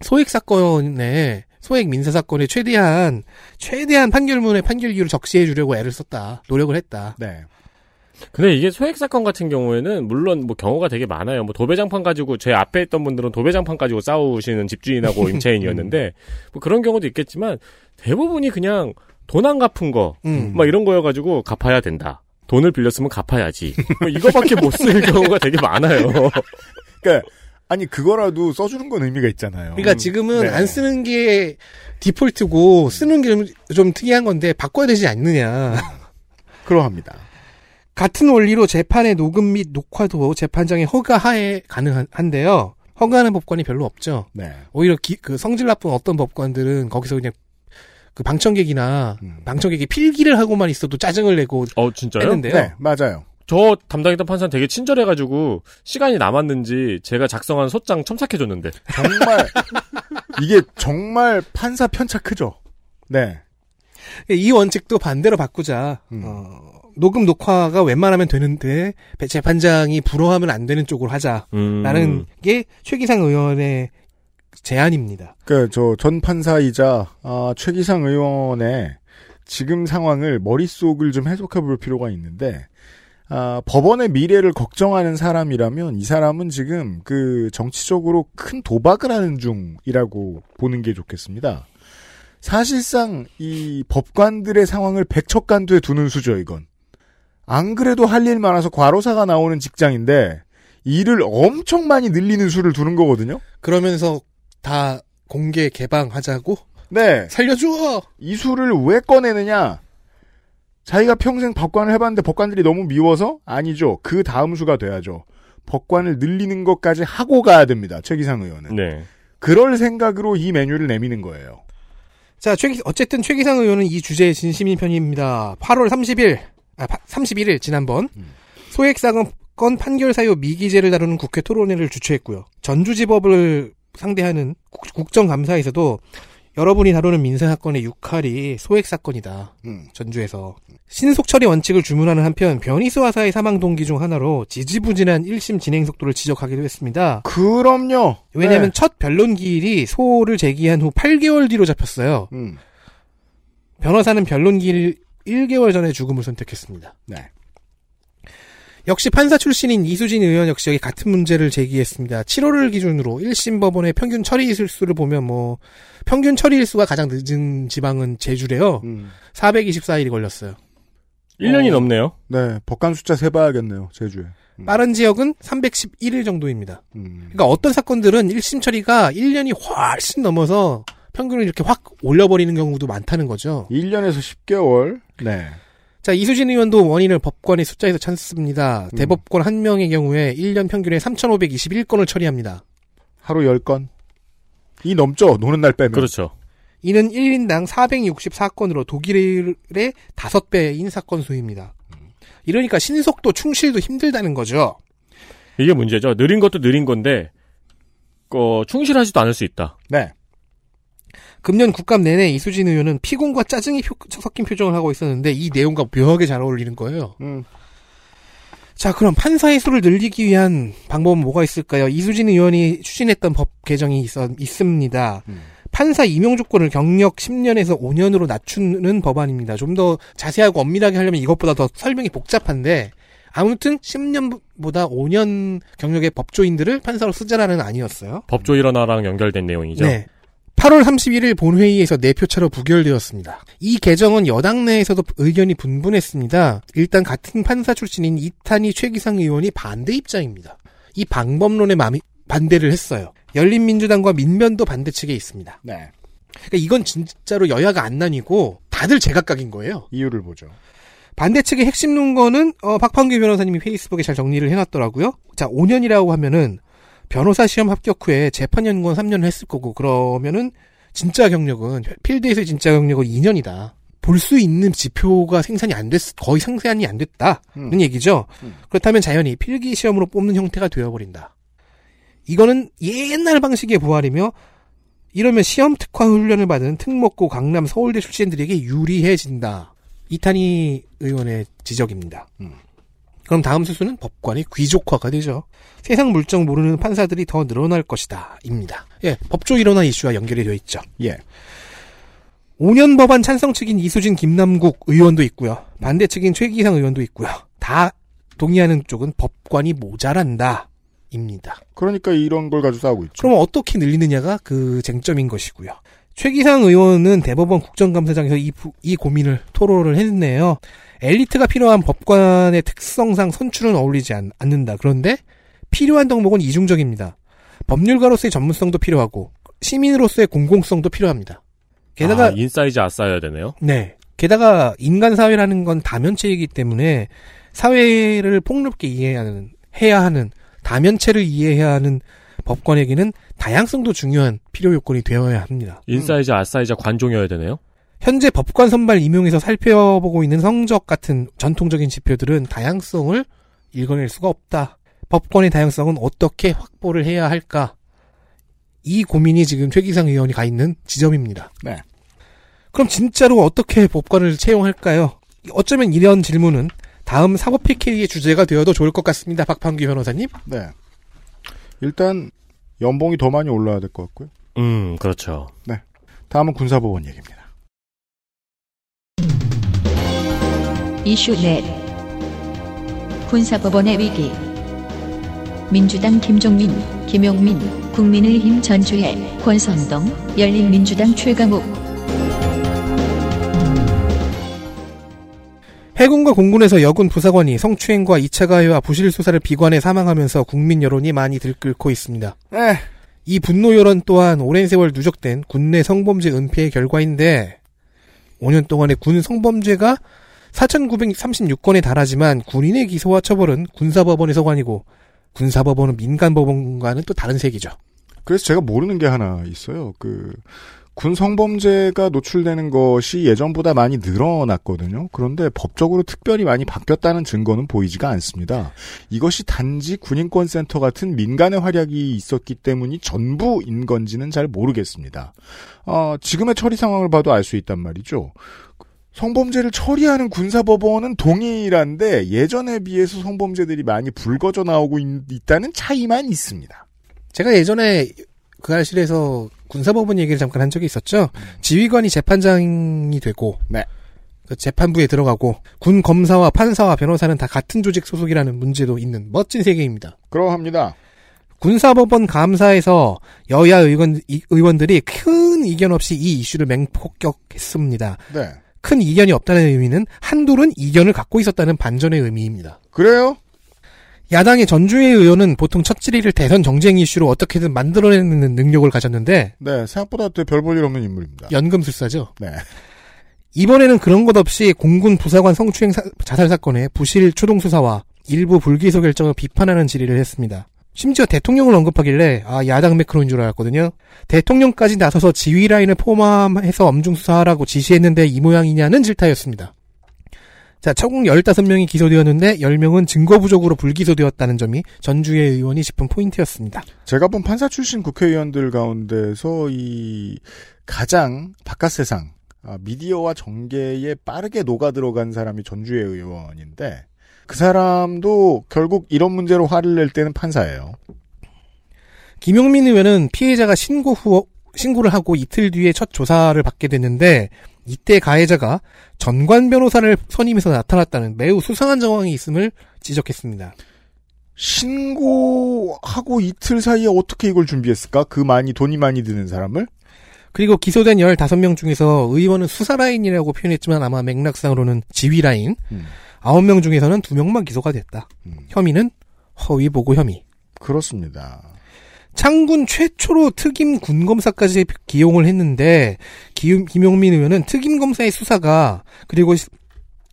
Speaker 3: 소액 사건에 소액 민사 사건에 최대한 최대한 판결문에 판결 이유를 적시해 주려고 애를 썼다. 노력을 했다.
Speaker 4: 네.
Speaker 2: 근데 이게 소액 사건 같은 경우에는 물론 뭐 경우가 되게 많아요. 뭐 도배장판 가지고 제 앞에 있던 분들은 도배장판 가지고 싸우시는 *laughs* 집주인하고 임차인이었는데 뭐 그런 경우도 있겠지만 대부분이 그냥 돈 안 갚은 거 막
Speaker 3: 음.
Speaker 2: 이런 거여가지고 갚아야 된다. 돈을 빌렸으면 갚아야지. 뭐 이거밖에 못 쓰는 경우가 되게 많아요.
Speaker 4: 그러니까 아니 그거라도 써주는 건 의미가 있잖아요.
Speaker 3: 그러니까 지금은
Speaker 4: 네.
Speaker 3: 안 쓰는 게 디폴트고 쓰는 게 좀 특이한 건데 바꿔야 되지 않느냐.
Speaker 4: 그러합니다.
Speaker 3: 같은 원리로 재판의 녹음 및 녹화도 재판장의 허가 하에 가능한데요. 허가하는 법관이 별로 없죠.
Speaker 4: 네.
Speaker 3: 오히려 기- 그 성질 나쁜 어떤 법관들은 거기서 그냥 그 방청객이나
Speaker 4: 음.
Speaker 3: 방청객이 필기를 하고만 있어도 짜증을 내고
Speaker 2: *laughs* 어 진짜요?
Speaker 3: 했는데요.
Speaker 4: 네, 맞아요.
Speaker 2: 저 담당했던 판사는 되게 친절해가지고 시간이 남았는지 제가 작성한 소장 첨삭해줬는데
Speaker 3: *laughs*
Speaker 4: 정말 이게 정말 판사 편차 크죠. 네.
Speaker 3: 예, 이 원칙도 반대로 바꾸자.
Speaker 4: 음.
Speaker 3: 어, 녹음 녹화가 웬만하면 되는데 배- 재판장이 불허하면 안 되는 쪽으로 하자라는
Speaker 2: 음,
Speaker 3: 게 최기상 의원의 제안입니다.
Speaker 4: 그저 전 판사이자 아, 최기상 의원의 지금 상황을 머릿속을 좀 해석해 볼 필요가 있는데 아, 법원의 미래를 걱정하는 사람이라면 이 사람은 지금 그 정치적으로 큰 도박을 하는 중이라고 보는 게 좋겠습니다. 사실상 이 법관들의 상황을 백척간두에 두는 수죠 이건. 안 그래도 할 일 많아서 과로사가 나오는 직장인데 일을 엄청 많이 늘리는 수를 두는 거거든요.
Speaker 3: 그러면서 다 공개 개방하자고
Speaker 4: 네.
Speaker 3: 살려줘.
Speaker 4: 이 수를 왜 꺼내느냐? 자기가 평생 법관을 해봤는데 법관들이 너무 미워서? 아니죠. 그 다음 수가 돼야죠. 법관을 늘리는 것까지 하고 가야 됩니다. 최기상 의원은.
Speaker 2: 네.
Speaker 4: 그럴 생각으로 이 메뉴를 내미는 거예요.
Speaker 3: 자, 최기, 어쨌든 최기상 의원은 이 주제에 진심인 편입니다. 8월 30일, 아, 31일 지난번 소액 사건 판결 사유 미기재를 다루는 국회 토론회를 주최했고요. 전주지법을 상대하는 국- 국정감사에서도 여러분이 다루는 민사 사건의 6할이 소액 사건이다.
Speaker 4: 음.
Speaker 3: 전주에서 신속 처리 원칙을 주문하는 한편 변희수 화사의 사망 동기 중 하나로 지지부진한 1심 진행 속도를 지적하기도 했습니다.
Speaker 4: 그럼요.
Speaker 3: 왜냐하면
Speaker 4: 네.
Speaker 3: 첫 변론 기일이 소를 제기한 후 8개월 뒤로 잡혔어요.
Speaker 4: 음.
Speaker 3: 변호사는 변론기일 1개월 전에 죽음을 선택했습니다.
Speaker 4: 네.
Speaker 3: 역시 판사 출신인 이수진 의원 역시 여기 같은 문제를 제기했습니다. 7월을 기준으로 1심 법원의 평균 처리 일수를 보면 뭐 평균 처리 일수가 가장 늦은 지방은 제주래요.
Speaker 4: 음.
Speaker 3: 424일이 걸렸어요.
Speaker 2: 1년이
Speaker 4: 어.
Speaker 2: 넘네요.
Speaker 4: 네. 법관 숫자 세봐야겠네요. 제주에. 음.
Speaker 3: 빠른 지역은 311일 정도입니다.
Speaker 4: 음.
Speaker 3: 그러니까 어떤 사건들은 1심 처리가 1년이 훨씬 넘어서 평균을 이렇게 확 올려버리는 경우도 많다는 거죠.
Speaker 4: 1년에서 10개월. 네.
Speaker 3: 자, 이수진 의원도 원인을 법관의 숫자에서 찾습니다.
Speaker 4: 음.
Speaker 3: 대법관 한 명의 경우에 1년 평균에 3,521건을 처리합니다.
Speaker 4: 하루 10건. 이 넘죠. 노는 날 빼면.
Speaker 2: 그렇죠.
Speaker 3: 이는 1인당 464건으로 독일의 5배인 사건 수입니다. 이러니까 신속도 충실도 힘들다는 거죠.
Speaker 2: 이게 문제죠. 느린 것도 느린 건데 어, 충실하지도 않을 수 있다.
Speaker 4: 네.
Speaker 3: 금년 국감 내내 이수진 의원은 피곤과 짜증이 표- 섞인 표정을 하고 있었는데 이 내용과 묘하게 잘 어울리는 거예요.
Speaker 4: 음.
Speaker 3: 자, 그럼 판사의 수를 늘리기 위한 방법은 뭐가 있을까요? 이수진 의원이 추진했던 법 개정이 있, 있습니다.
Speaker 4: 음.
Speaker 3: 판사 임용 조건을 경력 10년에서 5년으로 낮추는 법안입니다. 좀 더 자세하고 엄밀하게 하려면 이것보다 더 설명이 복잡한데 아무튼 10년보다 5년 경력의 법조인들을 판사로 쓰자라는 아니었어요.
Speaker 2: 법조 일어나랑 연결된 내용이죠.
Speaker 3: 8월 31일 네. 본회의에서 4표차로 부결되었습니다. 이 개정은 여당 내에서도 의견이 분분했습니다. 일단 같은 판사 출신인 이탄희 최기상 의원이 반대 입장입니다. 이 방법론에 마- 반대를 했어요. 열린민주당과 민변도 반대 측에 있습니다.
Speaker 4: 네.
Speaker 3: 그러니까 이건 진짜로 여야가 안 나뉘고 다들 제각각인 거예요.
Speaker 4: 이유를 보죠.
Speaker 3: 반대측의 핵심 논거는 어, 박판규 변호사님이 페이스북에 잘 정리를 해놨더라고요. 자, 5년이라고 하면은 변호사 시험 합격 후에 재판 연구원 3년을 했을 거고 그러면은 진짜 경력은 필드에서의 진짜 경력은 2년이다. 볼 수 있는 지표가 생산이 안 됐, 거의 생산이 안 됐다는
Speaker 4: 음.
Speaker 3: 얘기죠.
Speaker 4: 음.
Speaker 3: 그렇다면 자연히 필기 시험으로 뽑는 형태가 되어버린다. 이거는 옛날 방식의 부활이며 이러면 시험 특화 훈련을 받은 특목고 강남 서울대 출신들에게 유리해진다. 이탄희 의원의 지적입니다.
Speaker 4: 음.
Speaker 3: 그럼 다음 수순은 법관의 귀족화가 되죠. 세상 물정 모르는 판사들이 더 늘어날 것이다. 입니다. 예, 법조 일어나 이슈와 연결이 되어 있죠.
Speaker 4: 예.
Speaker 3: 5년 법안 찬성 측인 이수진 김남국 의원도 있고요. 반대 측인 최기상 의원도 있고요. 다 동의하는 쪽은 법관이 모자란다. 입니다.
Speaker 4: 그러니까 이런 걸 가지고 싸우고 있죠.
Speaker 3: 그렇죠. 그럼 어떻게 늘리느냐가 그 쟁점인 것이고요. 최기상 의원은 대법원 국정감사장에서 이, 부- 이 고민을 토로를 했네요. 엘리트가 필요한 법관의 특성상 선출은 어울리지 않, 않는다. 그런데 필요한 덕목은 이중적입니다. 법률가로서의 전문성도 필요하고 시민으로서의 공공성도 필요합니다. 게다가
Speaker 2: 아, 인사이즈 아싸여야 되네요.
Speaker 3: 네. 게다가 인간 사회라는 건 다면체이기 때문에 사회를 폭넓게 이해하는 해야 하는 다면체를 이해해야 하는 법관에게는 다양성도 중요한 필요 요건이 되어야 합니다.
Speaker 2: 인사이즈 아싸이자 관종이어야 되네요.
Speaker 3: 현재 법관 선발 임용에서 살펴보고 있는 성적 같은 전통적인 지표들은 다양성을 읽어낼 수가 없다. 법관의 다양성은 어떻게 확보를 해야 할까? 이 고민이 지금 최기상 의원이 가 있는 지점입니다.
Speaker 4: 네.
Speaker 3: 그럼 진짜로 어떻게 법관을 채용할까요? 어쩌면 이런 질문은 다음 사법 PK의 주제가 되어도 좋을 것 같습니다. 박판규 변호사님.
Speaker 4: 네. 일단 연봉이 더 많이 올라야 될 것 같고요.
Speaker 2: 음, 그렇죠.
Speaker 4: 다음은 군사법원 얘기입니다.
Speaker 1: 이슈 넷 군사법원의 위기 민주당 김종민, 김용민, 국민의힘 전주혜, 권선동, 열린민주당 최강욱
Speaker 3: 해군과 공군에서 여군 부사관이 성추행과 2차 가해와 부실 수사를 비관해 사망하면서 국민 여론이 많이 들끓고 있습니다.
Speaker 4: 네.
Speaker 3: 이 분노 여론 또한 오랜 세월 누적된 군내 성범죄 은폐의 결과인데 5년 동안의 군 성범죄가 4,936건에 달하지만 군인의 기소와 처벌은 군사법원의 소관이고 군사법원은 민간법원과는 또 다른 색이죠.
Speaker 4: 그래서 제가 모르는 게 하나 있어요. 그, 군 성범죄가 노출되는 것이 예전보다 많이 늘어났거든요. 그런데 법적으로 특별히 많이 바뀌었다는 증거는 보이지가 않습니다. 이것이 단지 군인권센터 같은 민간의 활약이 있었기 때문이 전부인 건지는 잘 모르겠습니다. 어, 지금의 처리 상황을 봐도 알 수 있단 말이죠. 성범죄를 처리하는 군사법원은 동일한데 예전에 비해서 성범죄들이 많이 불거져 나오고 있, 있다는 차이만 있습니다.
Speaker 3: 제가 예전에 그 알실에서 군사법원 얘기를 잠깐 한 적이 있었죠. 지휘관이 재판장이 되고
Speaker 4: 네.
Speaker 3: 그 재판부에 들어가고 군 검사와 판사와 변호사는 다 같은 조직 소속이라는 문제도 있는 멋진 세계입니다.
Speaker 4: 그러합니다.
Speaker 3: 군사법원 감사에서 여야 의원, 이- 의원들이 큰 이견 없이 이 이슈를 맹폭격했습니다.
Speaker 4: 네.
Speaker 3: 큰 이견이 없다는 의미는 한둘은 이견을 갖고 있었다는 반전의 의미입니다.
Speaker 4: 그래요?
Speaker 3: 야당의 전주혜 의원은 보통 첫 질의를 대선 정쟁 이슈로 어떻게든 만들어내는 능력을 가졌는데
Speaker 4: 네, 생각보다 되게 별볼일 없는 인물입니다.
Speaker 3: 예. 연금술사죠.
Speaker 4: 네.
Speaker 3: 이번에는 그런 것 없이 공군 부사관 성추행 사- 자살 사건의 부실 초동 수사와 일부 불기소 결정을 비판하는 질의를 했습니다. 심지어 대통령을 언급하길래 아 야당 매크로인 줄 알았거든요. 대통령까지 나서서 지휘 라인을 포함해서 엄중 수사하라고 지시했는데 이 모양이냐는 질타였습니다. 자, 총 15명이 기소되었는데 10명은 증거 부족으로 불기소되었다는 점이 전주의 의원이 짚은 포인트였습니다.
Speaker 4: 제가 본 판사 출신 국회의원들 가운데서 이 가장 바깥 세상, 아, 미디어와 정계에 빠르게 녹아 들어간 사람이 전주의 의원인데 그 사람도 결국 이런 문제로 화를 낼 때는 판사예요.
Speaker 3: 김용민 의원은 피해자가 신고 후 신고를 하고 이틀 뒤에 첫 조사를 받게 되는데 이때 가해자가 전관 변호사를 선임해서 나타났다는 매우 수상한 정황이 있음을 지적했습니다.
Speaker 4: 신고하고 이틀 사이에 어떻게 이걸 준비했을까? 그 많이 돈이 많이 드는 사람을
Speaker 3: 그리고 기소된 15명 중에서 의원은 수사라인이라고 표현했지만 아마 맥락상으로는 지휘라인
Speaker 4: 음.
Speaker 3: 9명 중에서는 2명만 기소가 됐다.
Speaker 4: 음.
Speaker 3: 혐의는 허위 보고 혐의.
Speaker 4: 그렇습니다.
Speaker 3: 창군 최초로 특임 군검사까지 기용을 했는데 기- 김용민 의원은 특임 검사의 수사가 그리고 시-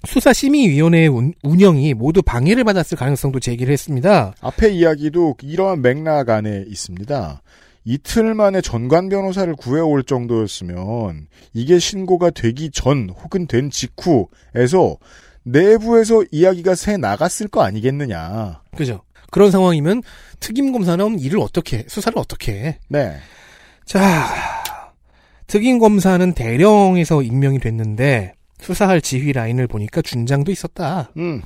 Speaker 3: 수사심의위원회의 운- 운영이 모두 방해를 받았을 가능성도 제기를 했습니다.
Speaker 4: 앞에 이야기도 이러한 맥락 안에 있습니다. 이틀 만에 전관 변호사를 구해올 정도였으면 이게 신고가 되기 전 혹은 된 직후에서 내부에서 이야기가 새 나갔을 거 아니겠느냐.
Speaker 3: 그죠? 그런 상황이면 특임 검사는 일을 어떻게 해? 수사를 어떻게 해?
Speaker 4: 네.
Speaker 3: 자, 특임 검사는 대령에서 임명이 됐는데 수사할 지휘 라인을 보니까 준장도 있었다.
Speaker 4: 음.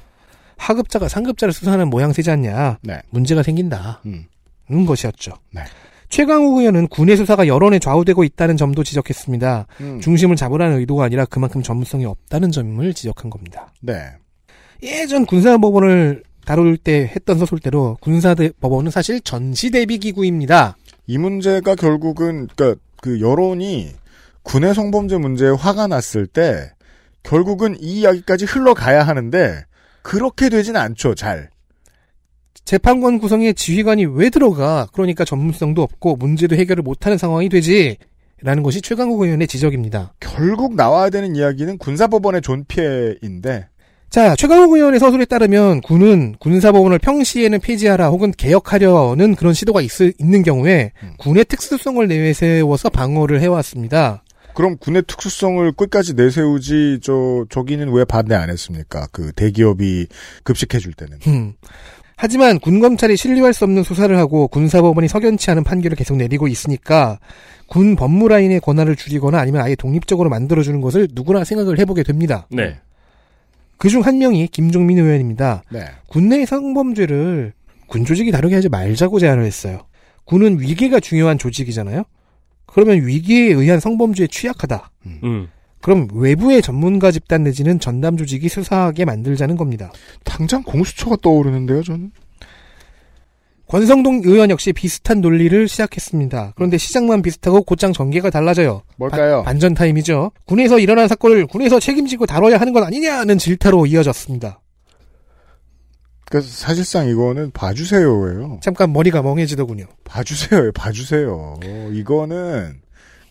Speaker 3: 하급자가 상급자를 수사하는 모양새지 않냐.
Speaker 4: 네.
Speaker 3: 문제가 생긴다.
Speaker 4: 음.
Speaker 3: 는 것이었죠.
Speaker 4: 네.
Speaker 3: 최강욱 의원은 군의 수사가 여론에 좌우되고 있다는 점도 지적했습니다.
Speaker 4: 음.
Speaker 3: 중심을 잡으라는 의도가 아니라 그만큼 전문성이 없다는 점을 지적한 겁니다.
Speaker 4: 네.
Speaker 3: 예전 군사법원을 다룰 때 했던 서술대로 군사법원은 사실 전시대비기구입니다.
Speaker 4: 이 문제가 결국은 그러니까 그 여론이 군의 성범죄 문제에 화가 났을 때 결국은 이 이야기까지 흘러가야 하는데 그렇게 되진 않죠. 잘.
Speaker 3: 재판관 구성에 지휘관이 왜 들어가? 그러니까 전문성도 없고 문제도 해결을 못하는 상황이 되지. 라는 것이 최강욱 의원의 지적입니다.
Speaker 4: 결국 나와야 되는 이야기는 군사법원의 존폐인데
Speaker 3: 자, 최강욱 의원의 서술에 따르면 군은 군사법원을 평시에는 폐지하라 혹은 개혁하려는 그런 시도가 있, 있는 경우에 군의 특수성을 내세워서 방어를 해왔습니다.
Speaker 4: 그럼 군의 특수성을 끝까지 내세우지 저 저기는 왜 반대 안 했습니까? 그 대기업이 급식해 줄 때는
Speaker 3: 흠. 하지만 군검찰이 신뢰할 수 없는 수사를 하고 군사법원이 석연치 않은 판결을 계속 내리고 있으니까 군 법무라인의 권한을 줄이거나 아니면 아예 독립적으로 만들어주는 것을 누구나 생각을 해보게 됩니다.
Speaker 2: 네.
Speaker 3: 그중 한 명이 김종민 의원입니다.
Speaker 4: 네.
Speaker 3: 군내 성범죄를 군 조직이 다루게 하지 말자고 제안을 했어요. 군은 위계가 중요한 조직이잖아요. 그러면 위기에 의한 성범죄에 취약하다.
Speaker 2: 음.
Speaker 3: 그럼 외부의 전문가 집단 내지는 전담 조직이 수사하게 만들자는 겁니다.
Speaker 4: 당장 공수처가 떠오르는데요, 저는.
Speaker 3: 권성동 의원 역시 비슷한 논리를 시작했습니다. 그런데 시장만 비슷하고 곧장 전개가 달라져요.
Speaker 4: 뭘까요?
Speaker 3: 반, 전 타임이죠. 군에서 일어난 사건을 군에서 책임지고 다뤄야 하는 건 아니냐는 질타로 이어졌습니다.
Speaker 4: 그러니까 사실상 이거는 봐주세요예요.
Speaker 3: 잠깐 머리가 멍해지더군요.
Speaker 4: 봐주세요, 봐주세요. 이거는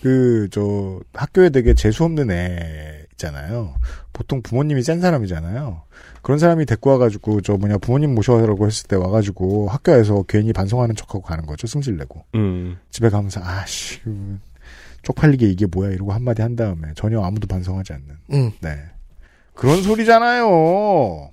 Speaker 4: 그 저 학교에 되게 재수 없는 애 있잖아요. 보통 부모님이 센 사람이잖아요. 그런 사람이 데리고 와가지고 저 뭐냐 부모님 모셔라고 했을 때 와가지고 학교에서 괜히 반성하는 척하고 가는 거죠. 승질내고
Speaker 2: 음.
Speaker 4: 집에 가면서 아씨 쪽팔리게 이게 뭐야 이러고 한마디 한 다음에 전혀 아무도 반성하지 않는.
Speaker 3: 음.
Speaker 4: 네 그런 소리잖아요.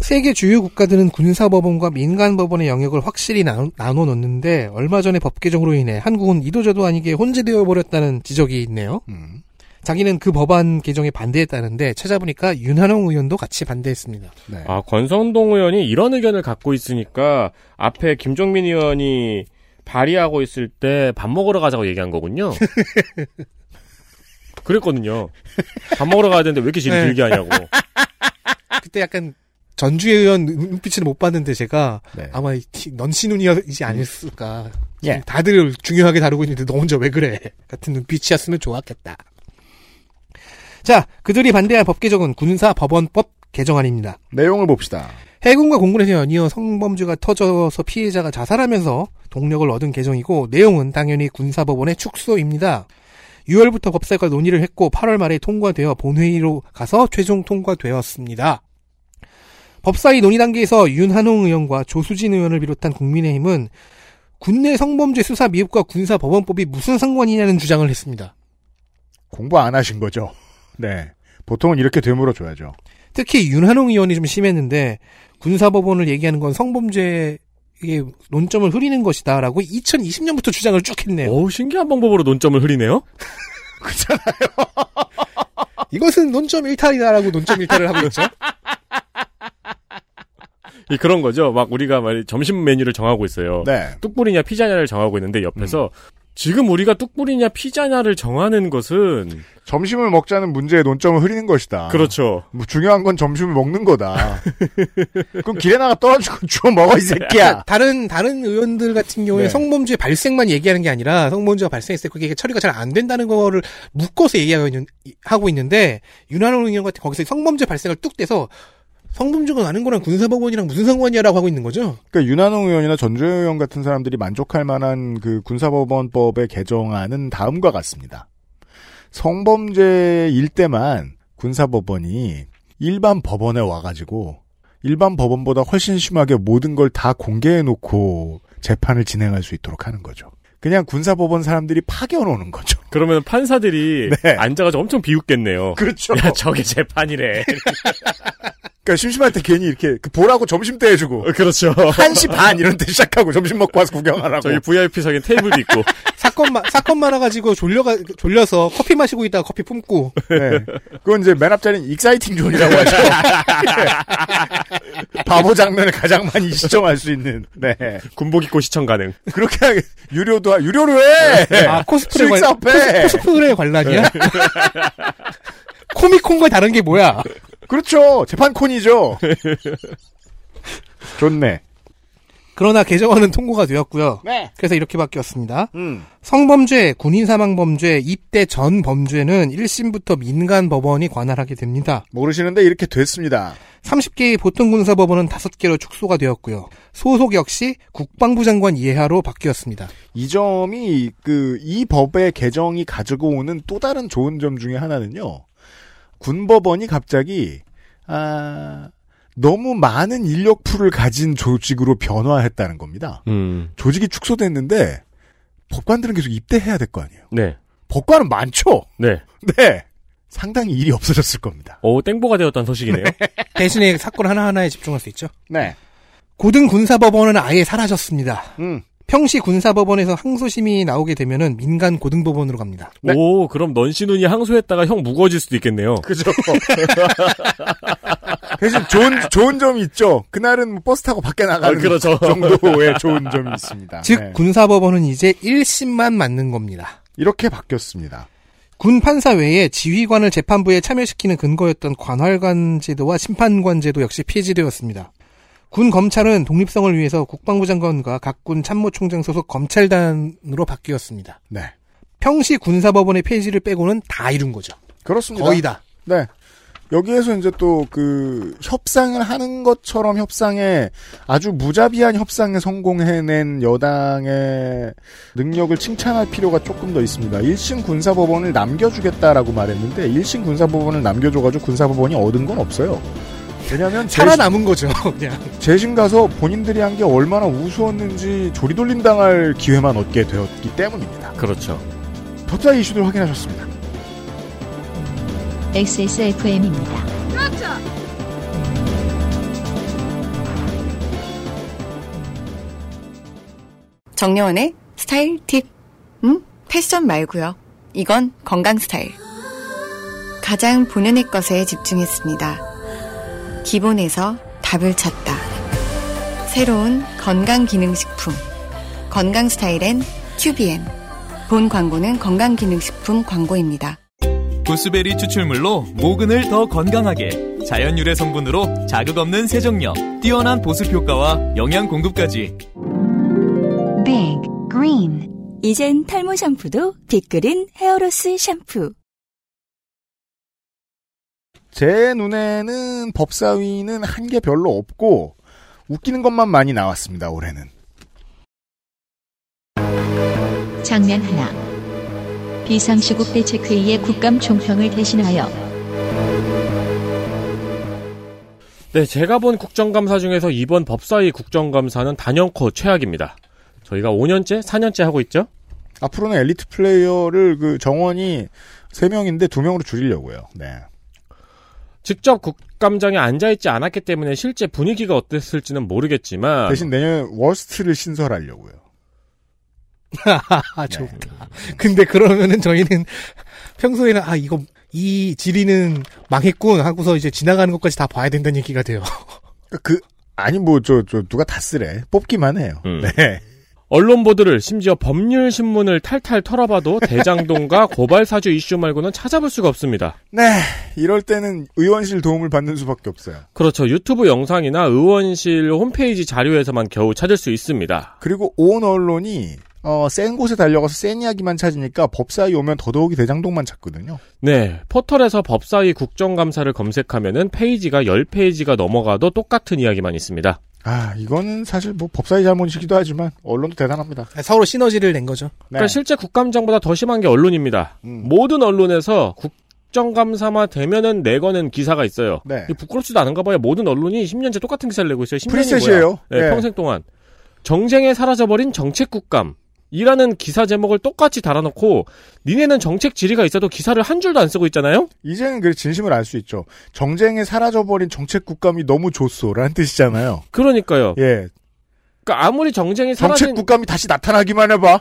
Speaker 3: 세계 주요 국가들은 군사법원과 민간법원의 영역을 확실히 나누- 나눠 놓는데 얼마 전에 법 개정으로 인해 한국은 이도저도 아니게 혼재되어 버렸다는 지적이 있네요.
Speaker 4: 음.
Speaker 3: 자기는 그 법안 개정에 반대했다는데 찾아보니까 윤한홍 의원도 같이 반대했습니다.
Speaker 4: 네.
Speaker 2: 아, 권성동 의원이 이런 의견을 갖고 있으니까 앞에 김종민 의원이 발의하고 있을 때 밥 먹으러 가자고 얘기한 *laughs* 거군요. 그랬거든요. 밥 먹으러 가야 되는데 왜 이렇게 질이
Speaker 3: 네.
Speaker 2: 길게 하냐고.
Speaker 3: 그때 약간 전주의 의원 눈빛을 못 봤는데 제가
Speaker 4: 네.
Speaker 3: 아마 이 티- 넌신운이지 않았을까.
Speaker 4: 예.
Speaker 3: 다들 중요하게 다루고 있는데 너 혼자 왜 그래? 같은 눈빛이었으면 좋았겠다. 자, 그들이 반대한 법 개정은 군사법원법 개정안입니다.
Speaker 4: 내용을 봅시다.
Speaker 3: 해군과 공군에서 연이어 성범죄가 터져서 피해자가 자살하면서 동력을 얻은 개정이고 내용은 당연히 군사법원의 축소입니다. 6월부터 법사위가 논의를 했고 8월 말에 통과되어 본회의로 가서 최종 통과되었습니다. 법사위 논의 단계에서 윤한홍 의원과 조수진 의원을 비롯한 국민의힘은 군내 성범죄 수사 미흡과 군사법원법이 무슨 상관이냐는 주장을 했습니다.
Speaker 4: 공부 안 하신 거죠. 네. 보통은 이렇게 되물어 줘야죠.
Speaker 3: 특히 윤한홍 의원이 좀 심했는데 군사법원을 얘기하는 건 성범죄의 논점을 흐리는 것이다라고 2020년부터 주장을 쭉 했네요.
Speaker 2: 어우, 신기한 방법으로 논점을 흐리네요?
Speaker 3: 어? 이것은 논점 일탈이다라고 논점 일탈을 하고 *laughs* 있죠.
Speaker 2: 이 그런 거죠. 막 우리가 말 점심 메뉴를 정하고 있어요.
Speaker 4: 네.
Speaker 2: 뚝불이냐 피자냐를 정하고 있는데 옆에서 지금 우리가 뚝불이냐 피자냐를 정하는 것은
Speaker 4: 점심을 먹자는 문제의 논점을 흐리는 것이다.
Speaker 2: 그렇죠.
Speaker 4: 뭐 중요한 건 점심을 먹는 거다. *laughs* 그럼 길에 나가 떨어지고 *laughs* 주워 먹어 이 새끼야.
Speaker 3: 그러니까 다른 다른 의원들 같은 경우에
Speaker 4: 네.
Speaker 3: 성범죄 발생만 얘기하는 게 아니라 성범죄가 발생했을 때 그게 처리가 잘 안 된다는 거를 묶어서 얘기하고 있는, 하고 있는데 윤한홍 의원 같은 거기서 성범죄 발생을 뚝 떼서 성범죄가 나는 거랑 군사법원이랑 무슨 상관이야라고 하고 있는 거죠.
Speaker 4: *laughs* 그러니까 윤한홍 의원이나 전주현 의원 같은 사람들이 만족할 만한 그 군사법원법의 개정안은 다음과 같습니다. 성범죄일 때만 군사법원이 일반 법원에 와가지고 일반 법원보다 훨씬 심하게 모든 걸 다 공개해놓고 재판을 진행할 수 있도록 하는 거죠. 그냥 군사법원 사람들이 파견오는 거죠.
Speaker 2: 그러면 판사들이 앉아가지고 엄청 비웃겠네요.
Speaker 4: *laughs* 그렇죠.
Speaker 2: 야 저게 재판이래.
Speaker 4: 그러니까 심심할 때 괜히 이렇게 그 보라고 점심 때 해주고
Speaker 2: 어, 그렇죠.
Speaker 4: 1시 반 이런 때 시작하고 점심 먹고 와서 구경하라고.
Speaker 2: *laughs* 저기 VIP석에 테이블도 있고.
Speaker 3: 사건 마, 사건 많아가지고 졸려가 졸려서 커피 마시고 있다가 커피 품고
Speaker 4: 네. 그건 이제 맨 앞자리는 익사이팅 존이라고 하죠. 예. 바보 장면을 가장 많이 시청할 수 있는. 네.
Speaker 2: 군복 입고 시청 가능.
Speaker 4: 그렇게 하게- 유료도 하- 유료로 해. 네.
Speaker 3: 아 코스프레
Speaker 4: 수익
Speaker 3: 관
Speaker 4: 사업해. 네.
Speaker 3: 코스, 코스프레 관람이야. *laughs* 코미콘과 다른 게 뭐야?
Speaker 4: 그렇죠. 재판콘이죠. 좋네.
Speaker 3: 그러나 개정안은 통과가 되었고요.
Speaker 4: 네.
Speaker 3: 그래서 이렇게 바뀌었습니다.
Speaker 4: 음.
Speaker 3: 성범죄, 군인 사망 범죄, 입대 전 범죄는 1심부터 민간 법원이 관할하게 됩니다.
Speaker 4: 모르시는데 이렇게 됐습니다.
Speaker 3: 30개의 보통 군사 법원은 5개로 축소가 되었고요. 소속 역시 국방부 장관 이하로 바뀌었습니다.
Speaker 4: 이 점이 그 이 법의 개정이 가지고 오는 또 다른 좋은 점 중에 하나는요. 군법원이 갑자기 아 너무 많은 인력풀을 가진 조직으로 변화했다는 겁니다.
Speaker 2: 음.
Speaker 4: 조직이 축소됐는데 법관들은 계속 입대해야 될 거 아니에요.
Speaker 2: 네.
Speaker 4: 법관은 많죠. *laughs*
Speaker 2: 네.
Speaker 4: 네. 상당히 일이 없어졌을 겁니다.
Speaker 2: 오 땡보가 되었다는 소식이네요.
Speaker 3: 대신에 사건 하나하나에 집중할 수 있죠.
Speaker 4: 네.
Speaker 3: 고등 군사 법원은 아예 사라졌습니다.
Speaker 4: 음.
Speaker 3: 평시 군사 법원에서 항소심이 나오게 되면은 민간 고등 법원으로 갑니다.
Speaker 4: 네.
Speaker 2: 오 그럼 넌신훈이 항소했다가 형 무거워질 수도 있겠네요.
Speaker 4: *laughs* 그죠. 대신 좋은 좋은 점이 있죠. 그날은 뭐 버스 타고 밖에 나가는
Speaker 2: 아, 그렇죠.
Speaker 4: 정도의 좋은 점이 있습니다.
Speaker 3: 즉
Speaker 4: 네.
Speaker 3: 군사 법원은 이제 1심만 맞는 겁니다.
Speaker 4: 이렇게 바뀌었습니다.
Speaker 3: 군 판사 외에 지휘관을 재판부에 참여시키는 근거였던 관할관 제도와 심판관 제도 역시 폐지되었습니다. 군 검찰은 독립성을 위해서 국방부 장관과 각 군 참모총장 소속 검찰단으로 바뀌었습니다.
Speaker 4: 네.
Speaker 3: 평시 군사법원의 폐지를 빼고는 다 이룬 거죠.
Speaker 4: 그렇습니다.
Speaker 3: 거의 다.
Speaker 4: 네. 여기에서 이제 또 그 협상을 하는 것처럼 협상에 아주 무자비한 협상에 성공해낸 여당의 능력을 칭찬할 필요가 조금 더 있습니다. 1심 군사법원을 남겨주겠다라고 말했는데 1심 군사법원을 남겨줘가지고 군사법원이 얻은 건 없어요. 왜냐하면
Speaker 3: 살아남은 거죠. *laughs* 그냥.
Speaker 4: 재심 가서 본인들이 한 게 얼마나 우스웠는지 조리돌림 당할 기회만 얻게 되었기 때문입니다.
Speaker 2: 그렇죠.
Speaker 4: 법사 이슈들 확인하셨습니다.
Speaker 1: XSFM입니다.
Speaker 5: 정려원의 스타일 팁. 음? 패션 말고요. 이건 건강 스타일. 가장 본연의 것에 집중했습니다. 기본에서 답을 찾다. 새로운 건강기능식품. 건강 스타일엔 큐비엔. 본 광고는 건강기능식품 광고입니다.
Speaker 6: 보스베리 추출물로 모근을 더 건강하게 자연 유래 성분으로 자극 없는 세정력 뛰어난 보습 효과와 영양 공급까지
Speaker 8: Big green.
Speaker 7: 이젠 탈모 샴푸도 빅그린 헤어로스 샴푸.
Speaker 4: 제 눈에는 법사위는 한 게 별로 없고 웃기는 것만 많이 나왔습니다 올해는
Speaker 1: 장면 하나. 비상시국 대책회의의 국감 총평을 대신하여
Speaker 2: 네, 제가 본 국정감사 중에서 이번 법사위 국정감사는 단연코 최악입니다. 저희가 5년째, 4년째 하고 있죠?
Speaker 4: 앞으로는 엘리트 플레이어를 그 정원이 3명인데 2명으로 줄이려고요 네.
Speaker 2: 직접 국감장에 앉아있지 않았기 때문에 실제 분위기가 어땠을지는 모르겠지만,
Speaker 4: 대신 내년 워스트를 신설하려고요
Speaker 3: 아, 좋다. 근데 그러면은 저희는 *laughs* 평소에는 아, 이거, 이 지리는 망했군 하고서 이제 지나가는 것까지 다 봐야 된다는 *laughs* 얘기가
Speaker 4: 그러니까
Speaker 3: 돼요.
Speaker 4: 그 아니 뭐 저 저 누가 다 쓰래 뽑기만 해요
Speaker 2: 음.
Speaker 4: 네.
Speaker 2: 언론 보도를 심지어 법률 신문을 탈탈 털어봐도 대장동과 *laughs* 고발 사주 이슈 말고는 찾아볼 수가 없습니다.
Speaker 4: 네, 이럴 때는 의원실 도움을 받는 수밖에 없어요.
Speaker 2: 그렇죠. 유튜브 영상이나 의원실 홈페이지 자료에서만 겨우 찾을 수 있습니다.
Speaker 4: 그리고 온 언론이 어, 센 곳에 달려가서 센 이야기만 찾으니까 법사위 오면 더더욱이 대장동만 찾거든요.
Speaker 2: 네, 포털에서 법사위 국정감사를 검색하면은 페이지가 10페이지가 넘어가도 똑같은 이야기만 있습니다.
Speaker 4: 아, 이거는 사실 뭐 법사위 잘못이기도 하지만 언론도 대단합니다.
Speaker 3: 네, 서로 시너지를 낸 거죠.
Speaker 4: 네.
Speaker 2: 그러니까 실제 국감장보다 더 심한 게 언론입니다.
Speaker 4: 음.
Speaker 2: 모든 언론에서 국정감사만 되면은 내거는 기사가 있어요.
Speaker 4: 네.
Speaker 2: 이게 부끄럽지도 않은가 봐요. 모든 언론이 10년째 똑같은 기사를 내고 있어요. 10년이
Speaker 4: 프리셋이에요.
Speaker 2: 네,
Speaker 4: 네.
Speaker 2: 평생 동안 정쟁에 사라져버린 정책 국감. 이라는 기사 제목을 똑같이 달아놓고 니네는 정책 질의가 있어도 기사를 한 줄도 안 쓰고 있잖아요.
Speaker 4: 이제는 그 진심을 알 수 있죠. 정쟁에 사라져버린 정책 국감이 너무 좋소라는 뜻이잖아요.
Speaker 2: 그러니까요.
Speaker 4: 예,
Speaker 2: 그러니까 아무리 정쟁이 어. 사라진
Speaker 4: 정책 국감이 다시 나타나기만 해봐.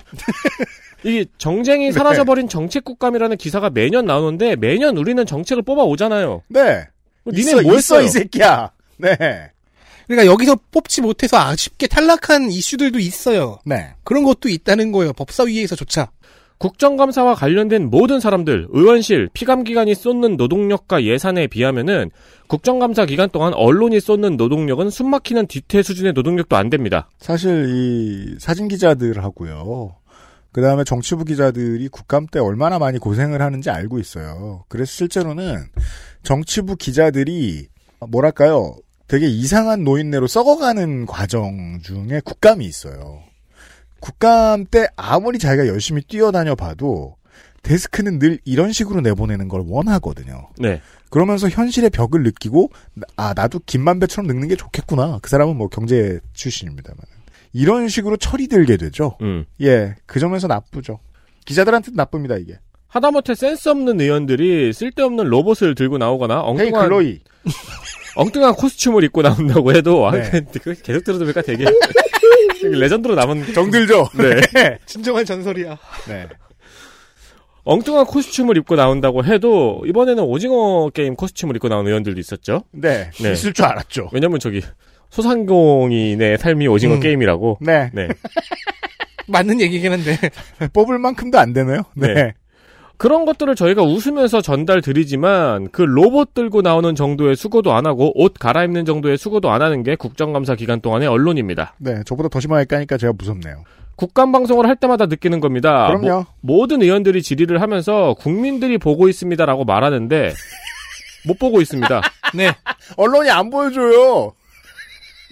Speaker 2: 이 정쟁이
Speaker 4: 네.
Speaker 2: 사라져버린 정책 국감이라는 기사가 매년 나오는데 매년 우리는 정책을 뽑아 오잖아요.
Speaker 4: 네,
Speaker 2: 니네 뭐
Speaker 4: 있어, 있어
Speaker 2: 했어요?
Speaker 4: 이 새끼야. 네,
Speaker 3: 그러니까 여기서 뽑지 못해서 아쉽게 탈락한 이슈들도 있어요.
Speaker 4: 네.
Speaker 3: 그런 것도 있다는 거예요. 법사위에서조차.
Speaker 2: 국정감사와 관련된 모든 사람들, 의원실, 피감기관이 쏟는 노동력과 예산에 비하면은 국정감사 기간 동안 언론이 쏟는 노동력은 숨막히는 뒤태 수준의 노동력도 안 됩니다.
Speaker 4: 사실 이 사진 기자들하고요. 그 다음에 정치부 기자들이 국감 때 얼마나 많이 고생을 하는지 알고 있어요. 그래서 실제로는 정치부 기자들이 뭐랄까요. 되게 이상한 노인네로 썩어가는 과정 중에 국감이 있어요. 국감 때 아무리 자기가 열심히 뛰어다녀 봐도 데스크는 늘 이런 식으로 내보내는 걸 원하거든요.
Speaker 2: 네.
Speaker 4: 그러면서 현실의 벽을 느끼고 나- 아 나도 김만배처럼 늙는 게 좋겠구나. 그 사람은 뭐 경제 출신입니다만 이런 식으로 철이 들게 되죠.
Speaker 2: 음.
Speaker 4: 예, 그 점에서 나쁘죠. 기자들한테 나쁩니다 이게.
Speaker 2: 하다못해 센스 없는 의원들이 쓸데없는 로봇을 들고 나오거나
Speaker 4: 헤이
Speaker 2: 엉뚱한
Speaker 4: 글로이.
Speaker 2: 엉뚱한 코스튬을 입고 나온다고 해도 아,
Speaker 4: 네.
Speaker 2: 그거 계속 들어도 될까 되게 레전드로 남은
Speaker 4: *laughs* 정들죠.
Speaker 2: 네.
Speaker 3: 진정한 전설이야.
Speaker 4: 네.
Speaker 2: 엉뚱한 코스튬을 입고 나온다고 해도 이번에는 오징어 게임 코스튬을 입고 나온 의원들도 있었죠.
Speaker 4: 네.
Speaker 2: 네.
Speaker 4: 있을 줄 알았죠.
Speaker 2: 왜냐면 저기 소상공인의 삶이 오징어
Speaker 3: 음.
Speaker 2: 게임이라고.
Speaker 4: 네. *laughs*
Speaker 2: 네.
Speaker 3: *laughs* 맞는 얘기긴 *laughs* 한데.
Speaker 4: 뽑을 만큼도 안 되네요. 네.
Speaker 2: 네. 그런 것들을 저희가 웃으면서 전달 드리지만 그 로봇 들고 나오는 정도의 수고도 안 하고 옷 갈아입는 정도의 수고도 안 하는 게 국정감사 기간 동안의 언론입니다.
Speaker 4: 네, 저보다 더 심하게 까니까 제가 무섭네요.
Speaker 2: 국감 방송을 할 때마다 느끼는 겁니다.
Speaker 4: 그럼요.
Speaker 2: 모, 든 의원들이 질의를 하면서 국민들이 보고 있습니다라고 말하는데 못 보고
Speaker 4: *laughs*
Speaker 2: 있습니다.
Speaker 3: 네.
Speaker 4: 언론이 안 보여줘요.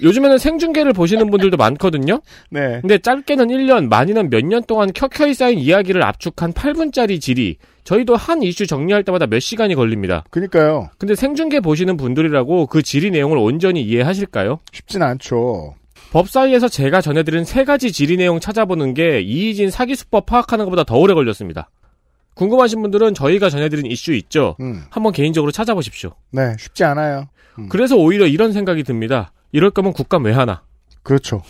Speaker 2: 요즘에는 생중계를 보시는 분들도 많거든요.
Speaker 4: 네.
Speaker 2: 근데 짧게는 1년, 많이는 몇 년 동안 켜켜이 쌓인 이야기를 압축한 8분짜리 질의. 저희도 한 이슈 정리할 때마다 몇 시간이 걸립니다.
Speaker 4: 그니까요.
Speaker 2: 근데 생중계 보시는 분들이라고 그 질의 내용을 온전히 이해하실까요?
Speaker 4: 쉽진 않죠.
Speaker 2: 법사위에서 제가 전해드린 세 가지 질의 내용 찾아보는 게 이희진 사기 수법 파악하는 것보다 더 오래 걸렸습니다. 궁금하신 분들은 저희가 전해드린 이슈 있죠?
Speaker 4: 음.
Speaker 2: 한번 개인적으로 찾아보십시오.
Speaker 4: 네, 쉽지 않아요.
Speaker 2: 그래서 오히려 이런 생각이 듭니다. 이럴 거면 국감 왜 하나?
Speaker 4: 그렇죠.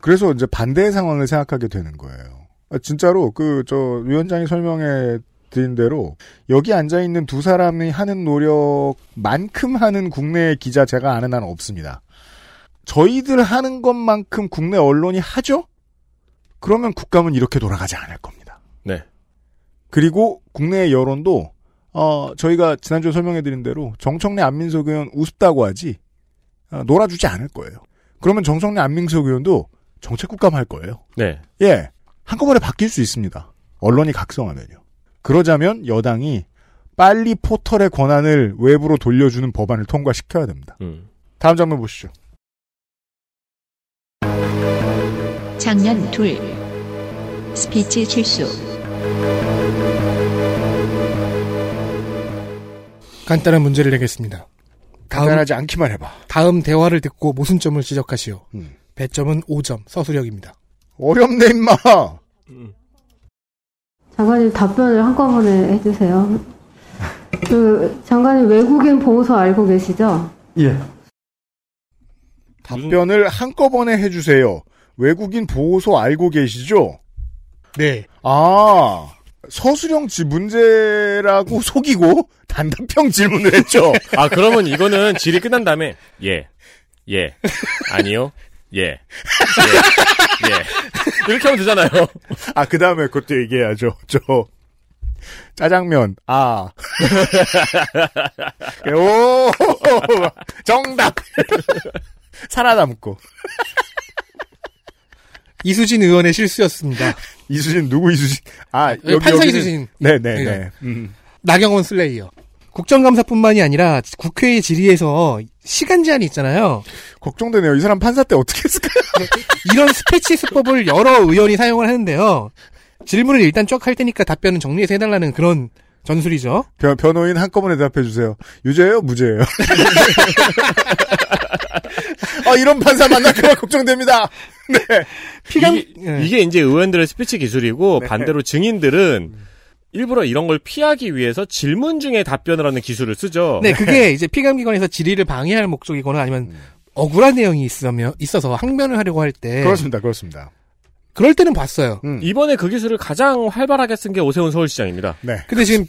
Speaker 4: 그래서 이제 반대의 상황을 생각하게 되는 거예요. 아, 진짜로 그 저 위원장이 설명해 드린 대로 여기 앉아 있는 두 사람이 하는 노력만큼 하는 국내 기자 제가 아는 한 없습니다. 저희들 하는 것만큼 국내 언론이 하죠? 그러면 국감은 이렇게 돌아가지 않을 겁니다.
Speaker 2: 네.
Speaker 4: 그리고 국내 여론도 어 저희가 지난주에 설명해 드린 대로 정청래 안민석 의원 우습다고 하지 어, 놀아주지 않을 거예요. 그러면 정성래 안민석 의원도 정책 국감할 거예요.
Speaker 2: 네.
Speaker 4: 예. 한꺼번에 바뀔 수 있습니다. 언론이 각성하면요. 그러자면 여당이 빨리 포털의 권한을 외부로 돌려주는 법안을 통과시켜야 됩니다.
Speaker 2: 음.
Speaker 4: 다음 장면 보시죠.
Speaker 1: 장면 둘 스피치 실수.
Speaker 3: 간단한 문제를 내겠습니다. 다음,
Speaker 4: 간단하지 않기만 해봐.
Speaker 3: 다음 대화를 듣고 모순점을 지적하시오.
Speaker 4: 음.
Speaker 3: 배점은 5점, 서술형입니다.
Speaker 4: 어렵네, 임마!
Speaker 9: 장관님 답변을 한꺼번에 해주세요. 그 장관님 외국인 보호소 알고 계시죠?
Speaker 4: 답변을 한꺼번에 해주세요. 외국인 보호소 알고 계시죠?
Speaker 3: 네.
Speaker 4: 아, 서수령 지 문제라고 *laughs* 속이고 단답형 질문을 했죠.
Speaker 2: 아, 그러면 이거는 질의 끝난 다음에, 예. 예. 아니요. 예. 예. 예. 이렇게 하면 되잖아요.
Speaker 4: 아, 그 다음에 그것도 얘기해야죠. *laughs* 저, 짜장면,
Speaker 3: *laughs*
Speaker 4: 아. 오! 정답! 살아남고.
Speaker 3: 이수진 의원의 실수였습니다.
Speaker 4: 이수진, 누구 이수진? 아,
Speaker 3: 네, 판사 이수진.
Speaker 4: 네네네.
Speaker 3: 네.
Speaker 4: 음.
Speaker 3: 나경원 슬레이어. 국정감사뿐만이 아니라 국회의 질의에서 시간 제한이 있잖아요.
Speaker 4: 걱정되네요. 이 사람 판사 때 어떻게 했을까요?
Speaker 3: 이런 스패치 수법을 여러 의원이 사용을 하는데요. 질문을 일단 쫙 할 테니까 답변은 정리해서 해달라는 그런 전술이죠.
Speaker 4: 변, 변호인 한꺼번에 대답해주세요. 유죄예요?
Speaker 3: *laughs*
Speaker 4: 무죄예요? 아, 이런 판사 만날까봐 걱정됩니다. 네.
Speaker 3: 피감 예.
Speaker 2: 이게, 이게 이제 의원들의 스피치 기술이고 반대로 증인들은 일부러 이런 걸 피하기 위해서 질문 중에 답변을 하는 기술을 쓰죠.
Speaker 3: 네, 그게 이제 피감기관에서 질의를 방해할 목적이거나 아니면
Speaker 4: 음.
Speaker 3: 억울한 내용이 있으면 있어서 항변을 하려고 할 때
Speaker 4: 그렇습니다. 그렇습니다.
Speaker 3: 그럴 때는 봤어요.
Speaker 4: 음.
Speaker 2: 이번에 그 기술을 가장 활발하게 쓴 게 오세훈 서울시장입니다.
Speaker 4: 네.
Speaker 3: 근데 지금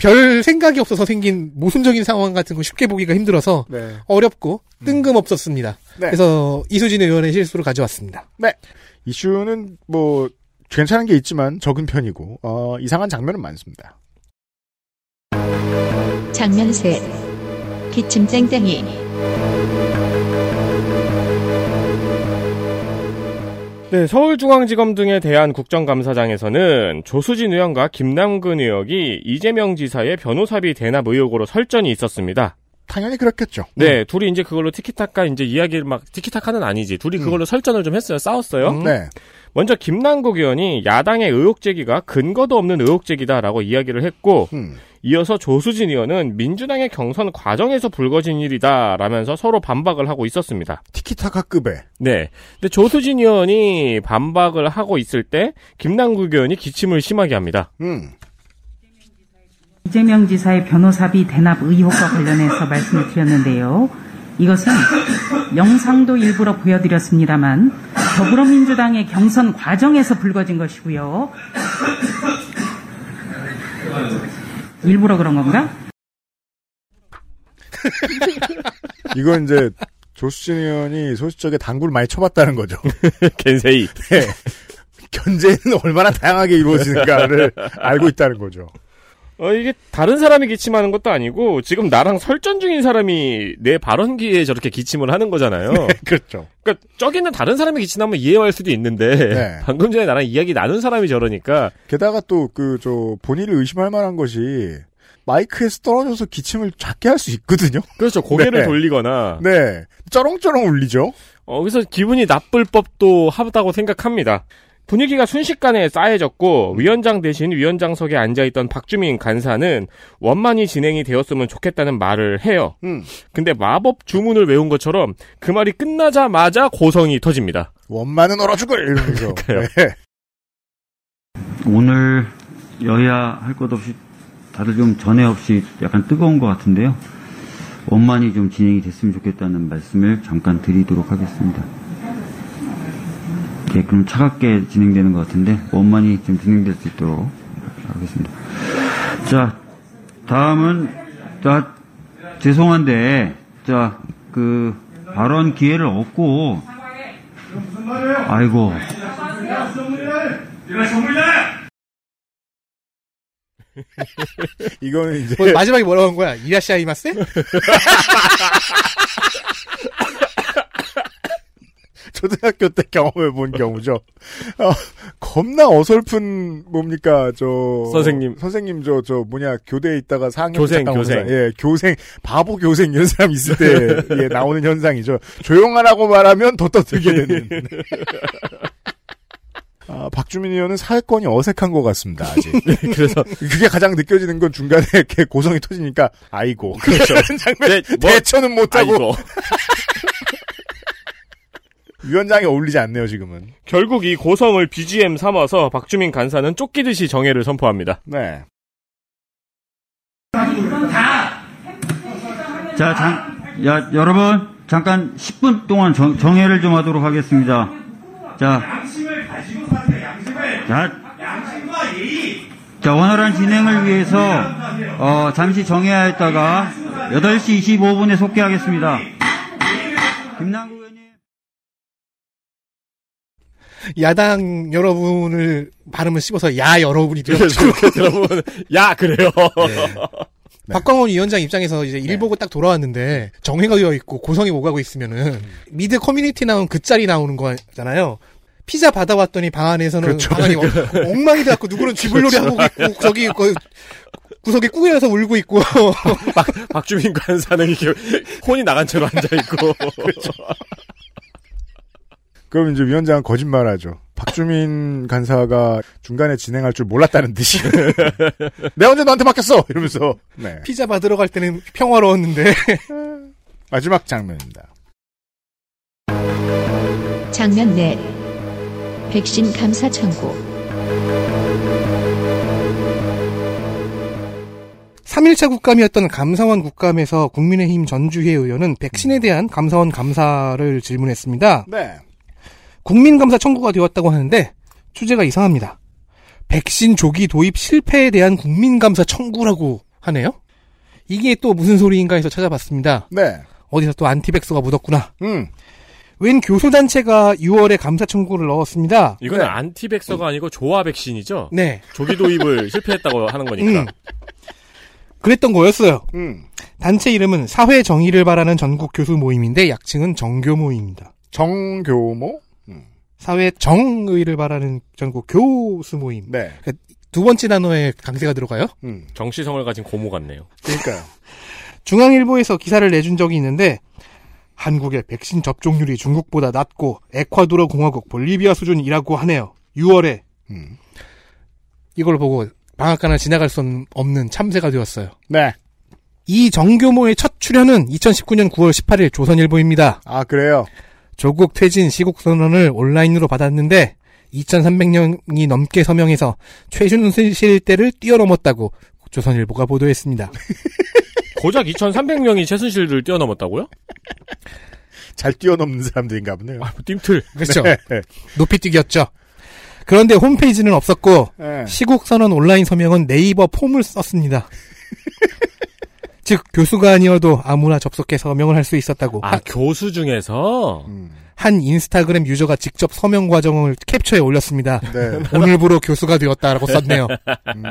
Speaker 3: 별 생각이 없어서 생긴 모순적인 상황 같은 거 쉽게 보기가 힘들어서
Speaker 4: 네.
Speaker 3: 어렵고 뜬금없었습니다.
Speaker 4: 네.
Speaker 3: 그래서 이수진 의원의 실수를 가져왔습니다.
Speaker 4: 이슈는 뭐 괜찮은 게 있지만 적은 편이고 어, 이상한 장면은 많습니다.
Speaker 1: 장면 셋 기침 땡땡이
Speaker 2: 네, 서울중앙지검 등에 대한 국정감사장에서는 조수진 의원과 김남근 의원이 이재명 지사의 변호사비 대납 의혹으로 설전이 있었습니다.
Speaker 4: 당연히 그렇겠죠. 음.
Speaker 2: 네, 둘이 이제 그걸로 티키타카 이제 이야기를 막 티키타카는 아니지. 둘이 그걸로 설전을 좀 했어요. 싸웠어요.
Speaker 4: 음. 네.
Speaker 2: 먼저 김남국 의원이 야당의 의혹 제기가 근거도 없는 의혹 제기다라고 이야기를 했고
Speaker 4: 음.
Speaker 2: 이어서 조수진 의원은 민주당의 경선 과정에서 불거진 일이다라면서 서로 반박을 하고 있었습니다.
Speaker 4: 티키타카급의
Speaker 2: 네. 근데 조수진 의원이 반박을 하고 있을 때 김남국 의원이 기침을 심하게 합니다. *laughs*
Speaker 4: 음.
Speaker 10: 이재명 지사의 변호사비 대납 의혹과 관련해서 말씀을 드렸는데요. 이것은 영상도 일부러 보여드렸습니다만 더불어민주당의 경선 과정에서 불거진 것이고요. 일부러 그런 건가?
Speaker 4: 이건 이제 조수진 의원이 소식적에 당구를 많이 쳐봤다는 거죠. *laughs*
Speaker 2: 겐세이.
Speaker 4: 견제는 얼마나 다양하게 이루어지는가를 알고 있다는 거죠.
Speaker 2: 어, 이게 다른 사람이 기침하는 것도 아니고 지금 나랑 설전 중인 사람이 내 발언기에 저렇게 기침을 하는 거잖아요.
Speaker 4: 그렇죠.
Speaker 2: 그러니까 저기 있는 다른 사람이 기침하면 이해할 수도 있는데
Speaker 4: 네.
Speaker 2: 방금 전에 나랑 이야기 나눈 사람이 저러니까
Speaker 4: 게다가 또 그 저 본인을 의심할 만한 것이 마이크에서 떨어져서 기침을 작게 할 수 있거든요.
Speaker 2: 그렇죠. 고개를
Speaker 4: 네.
Speaker 2: 돌리거나
Speaker 4: 네. 쩌렁쩌렁 울리죠.
Speaker 2: 어, 그래서 기분이 나쁠 법도 하다고 생각합니다. 분위기가 순식간에 싸해졌고 위원장 대신 위원장석에 앉아있던 박주민 간사는 원만히 진행이 되었으면 좋겠다는 말을 해요.
Speaker 4: 음.
Speaker 2: 근데 마법 주문을 외운 것처럼 그 말이 끝나자마자 고성이 터집니다. *laughs*
Speaker 4: 원만은 얼어 죽을 *laughs* 이러면서. 네.
Speaker 10: 오늘 여야 할 것 없이 다들 좀 전에 없이 약간 뜨거운 것 같은데요. 원만히 좀 진행이 됐으면 좋겠다는 말씀을 잠깐 드리도록 하겠습니다. 예, 그럼 차갑게 진행되는 것 같은데 원만히 좀 진행될 수 있도록 하겠습니다. 자, 다음은 자 죄송한데 자 그 발언 기회를 얻고 아이고
Speaker 4: 이거는 이제
Speaker 3: 뭐 마지막에 뭐라고 한 거야?
Speaker 4: *laughs*
Speaker 3: 이라시아이마스?
Speaker 4: *laughs* 초등학교 때 경험해 본 경우죠. 어, 겁나 어설픈 뭡니까 저
Speaker 2: 선생님.
Speaker 4: 선생님 저 저 뭐냐 교대에 있다가 4학년
Speaker 2: 교생,
Speaker 4: 잠깐 온
Speaker 2: 교생.
Speaker 4: 사람. 예 교생 바보 교생 이런 사람 있을
Speaker 2: *laughs*
Speaker 4: 때 예, 나오는 현상이죠. 조용하라고 말하면 더 떠들게
Speaker 2: *laughs*
Speaker 4: 되는. 아, 박주민 의원은 사회권이 어색한 것 같습니다, 아직. *laughs*
Speaker 2: *laughs* 그래서
Speaker 4: 그게 가장 느껴지는 건 중간에 이렇게 고성이 터지니까, 아이고. 그렇죠. *laughs* 장면,
Speaker 2: 네, 뭐-
Speaker 4: 대처는 못하고,
Speaker 2: 아이고.
Speaker 4: 위원장이 어울리지 않네요, 지금은.
Speaker 2: 결국 이 고성을 BGM 삼아서 박주민 간사는 쫓기듯이 정해를 선포합니다. *laughs*
Speaker 4: 네.
Speaker 10: 자, 장, 야, 여러분, 잠깐 10분 동안 정, 정회를 좀 하도록 하겠습니다. 자. 자, 자, 원활한 진행을 위해서, 어, 잠시 정회하였다가 8시 25분에 속개하겠습니다. 김남국 의원님.
Speaker 3: 야당 여러분을 발음을 씹어서 야 여러분이
Speaker 4: 네,
Speaker 3: 되었죠.
Speaker 2: 그렇게 들어보면 야 그래요.
Speaker 4: 네.
Speaker 3: 박광원 위원장 입장에서 이제 일 보고 딱 돌아왔는데 정회가 되어 있고 고성이 오가고 있으면은
Speaker 4: 음.
Speaker 3: 미드 커뮤니티 나온 그 짤이 나오는 거잖아요. 피자 받아왔더니 방 안에서는
Speaker 4: *laughs* 그렇죠.
Speaker 3: 방안이 엉- 엉망이 돼갖고 누구는 쥐불놀이 하고 있고 저기 거의 구석에 꾸겨서 울고 있고
Speaker 2: *laughs*
Speaker 3: *laughs*
Speaker 2: 박주민 관사는 이렇게 혼이 나간 채로 앉아 있고.
Speaker 4: 그럼 이제 위원장은 거짓말하죠. *laughs* 박주민 간사가 중간에 진행할 줄 몰랐다는 듯이. *laughs* 내가 언제 너한테 맡겼어! 이러면서. 네.
Speaker 3: 피자 받으러 갈 때는 평화로웠는데
Speaker 4: 마지막 장면입니다.
Speaker 1: 장면 넷 백신 감사 청구
Speaker 3: 3일차 국감이었던 감사원 국감에서 국민의힘 전주희 의원은 백신에 대한 감사원 감사를 질문했습니다.
Speaker 4: 네.
Speaker 3: 국민감사 청구가 되었다고 하는데 주제가 이상합니다. 백신 조기 도입 실패에 대한 국민감사 청구라고 하네요. 이게 또 무슨 소리인가 해서 찾아봤습니다.
Speaker 4: 네.
Speaker 3: 어디서 또 안티백서가 묻었구나.
Speaker 4: 음.
Speaker 3: 웬 교수단체가 6월에 감사 청구를 넣었습니다.
Speaker 2: *laughs* 이건 안티백서가 아니고 조화 백신이죠.
Speaker 3: 네.
Speaker 2: 조기 도입을 실패했다고 하는 거니까.
Speaker 3: 음. 그랬던 거였어요.
Speaker 4: 음.
Speaker 3: 단체 이름은 사회 정의를 바라는 전국 교수 모임인데 약칭은 정교 모임입니다.
Speaker 4: 정교모?
Speaker 3: 사회 정의를 바라는 전국 교수 모임.
Speaker 4: 네.
Speaker 3: 두 번째 단어에 강세가 들어가요.
Speaker 4: 음.
Speaker 2: 정시성을 가진 고모 같네요.
Speaker 4: 그러니까요.
Speaker 3: 중앙일보에서 기사를 내준 적이 있는데 한국의 백신 접종률이 중국보다 낮고 에콰도르 공화국 볼리비아 수준이라고 하네요. 6월에
Speaker 4: 음.
Speaker 3: 이걸 보고 방앗간을 지나갈 수 없는 참새가 되었어요.
Speaker 4: 네.
Speaker 3: 이 정규모의 첫 출연은 2019년 9월 18일 조선일보입니다.
Speaker 4: 아, 그래요?
Speaker 3: 조국 퇴진 시국 선언을 온라인으로 받았는데 2,300명이 넘게 서명해서 최순실 때를 뛰어넘었다고 조선일보가 보도했습니다.
Speaker 2: 고작 2,300명이 최순실을 뛰어넘었다고요?
Speaker 4: 잘 뛰어넘는 사람들인가 *laughs* 보네요.
Speaker 2: 띵틀.
Speaker 3: *laughs* 그렇죠.
Speaker 4: 네. 네.
Speaker 3: 높이뛰기였죠. 그런데 홈페이지는 없었고
Speaker 4: 네.
Speaker 3: 시국선언 온라인 서명은 네이버 폼을 *laughs* 썼습니다. 즉 교수가 아니어도 아무나 접속해서 서명을 할 수 있었다고
Speaker 2: 아
Speaker 3: 한-
Speaker 2: 교수 중에서
Speaker 4: 음.
Speaker 3: 한 인스타그램 유저가 직접 서명 과정을 캡처해 *laughs* 올렸습니다.
Speaker 4: 네.
Speaker 3: 오늘부로 교수가 되었다라고 썼네요.
Speaker 4: 음.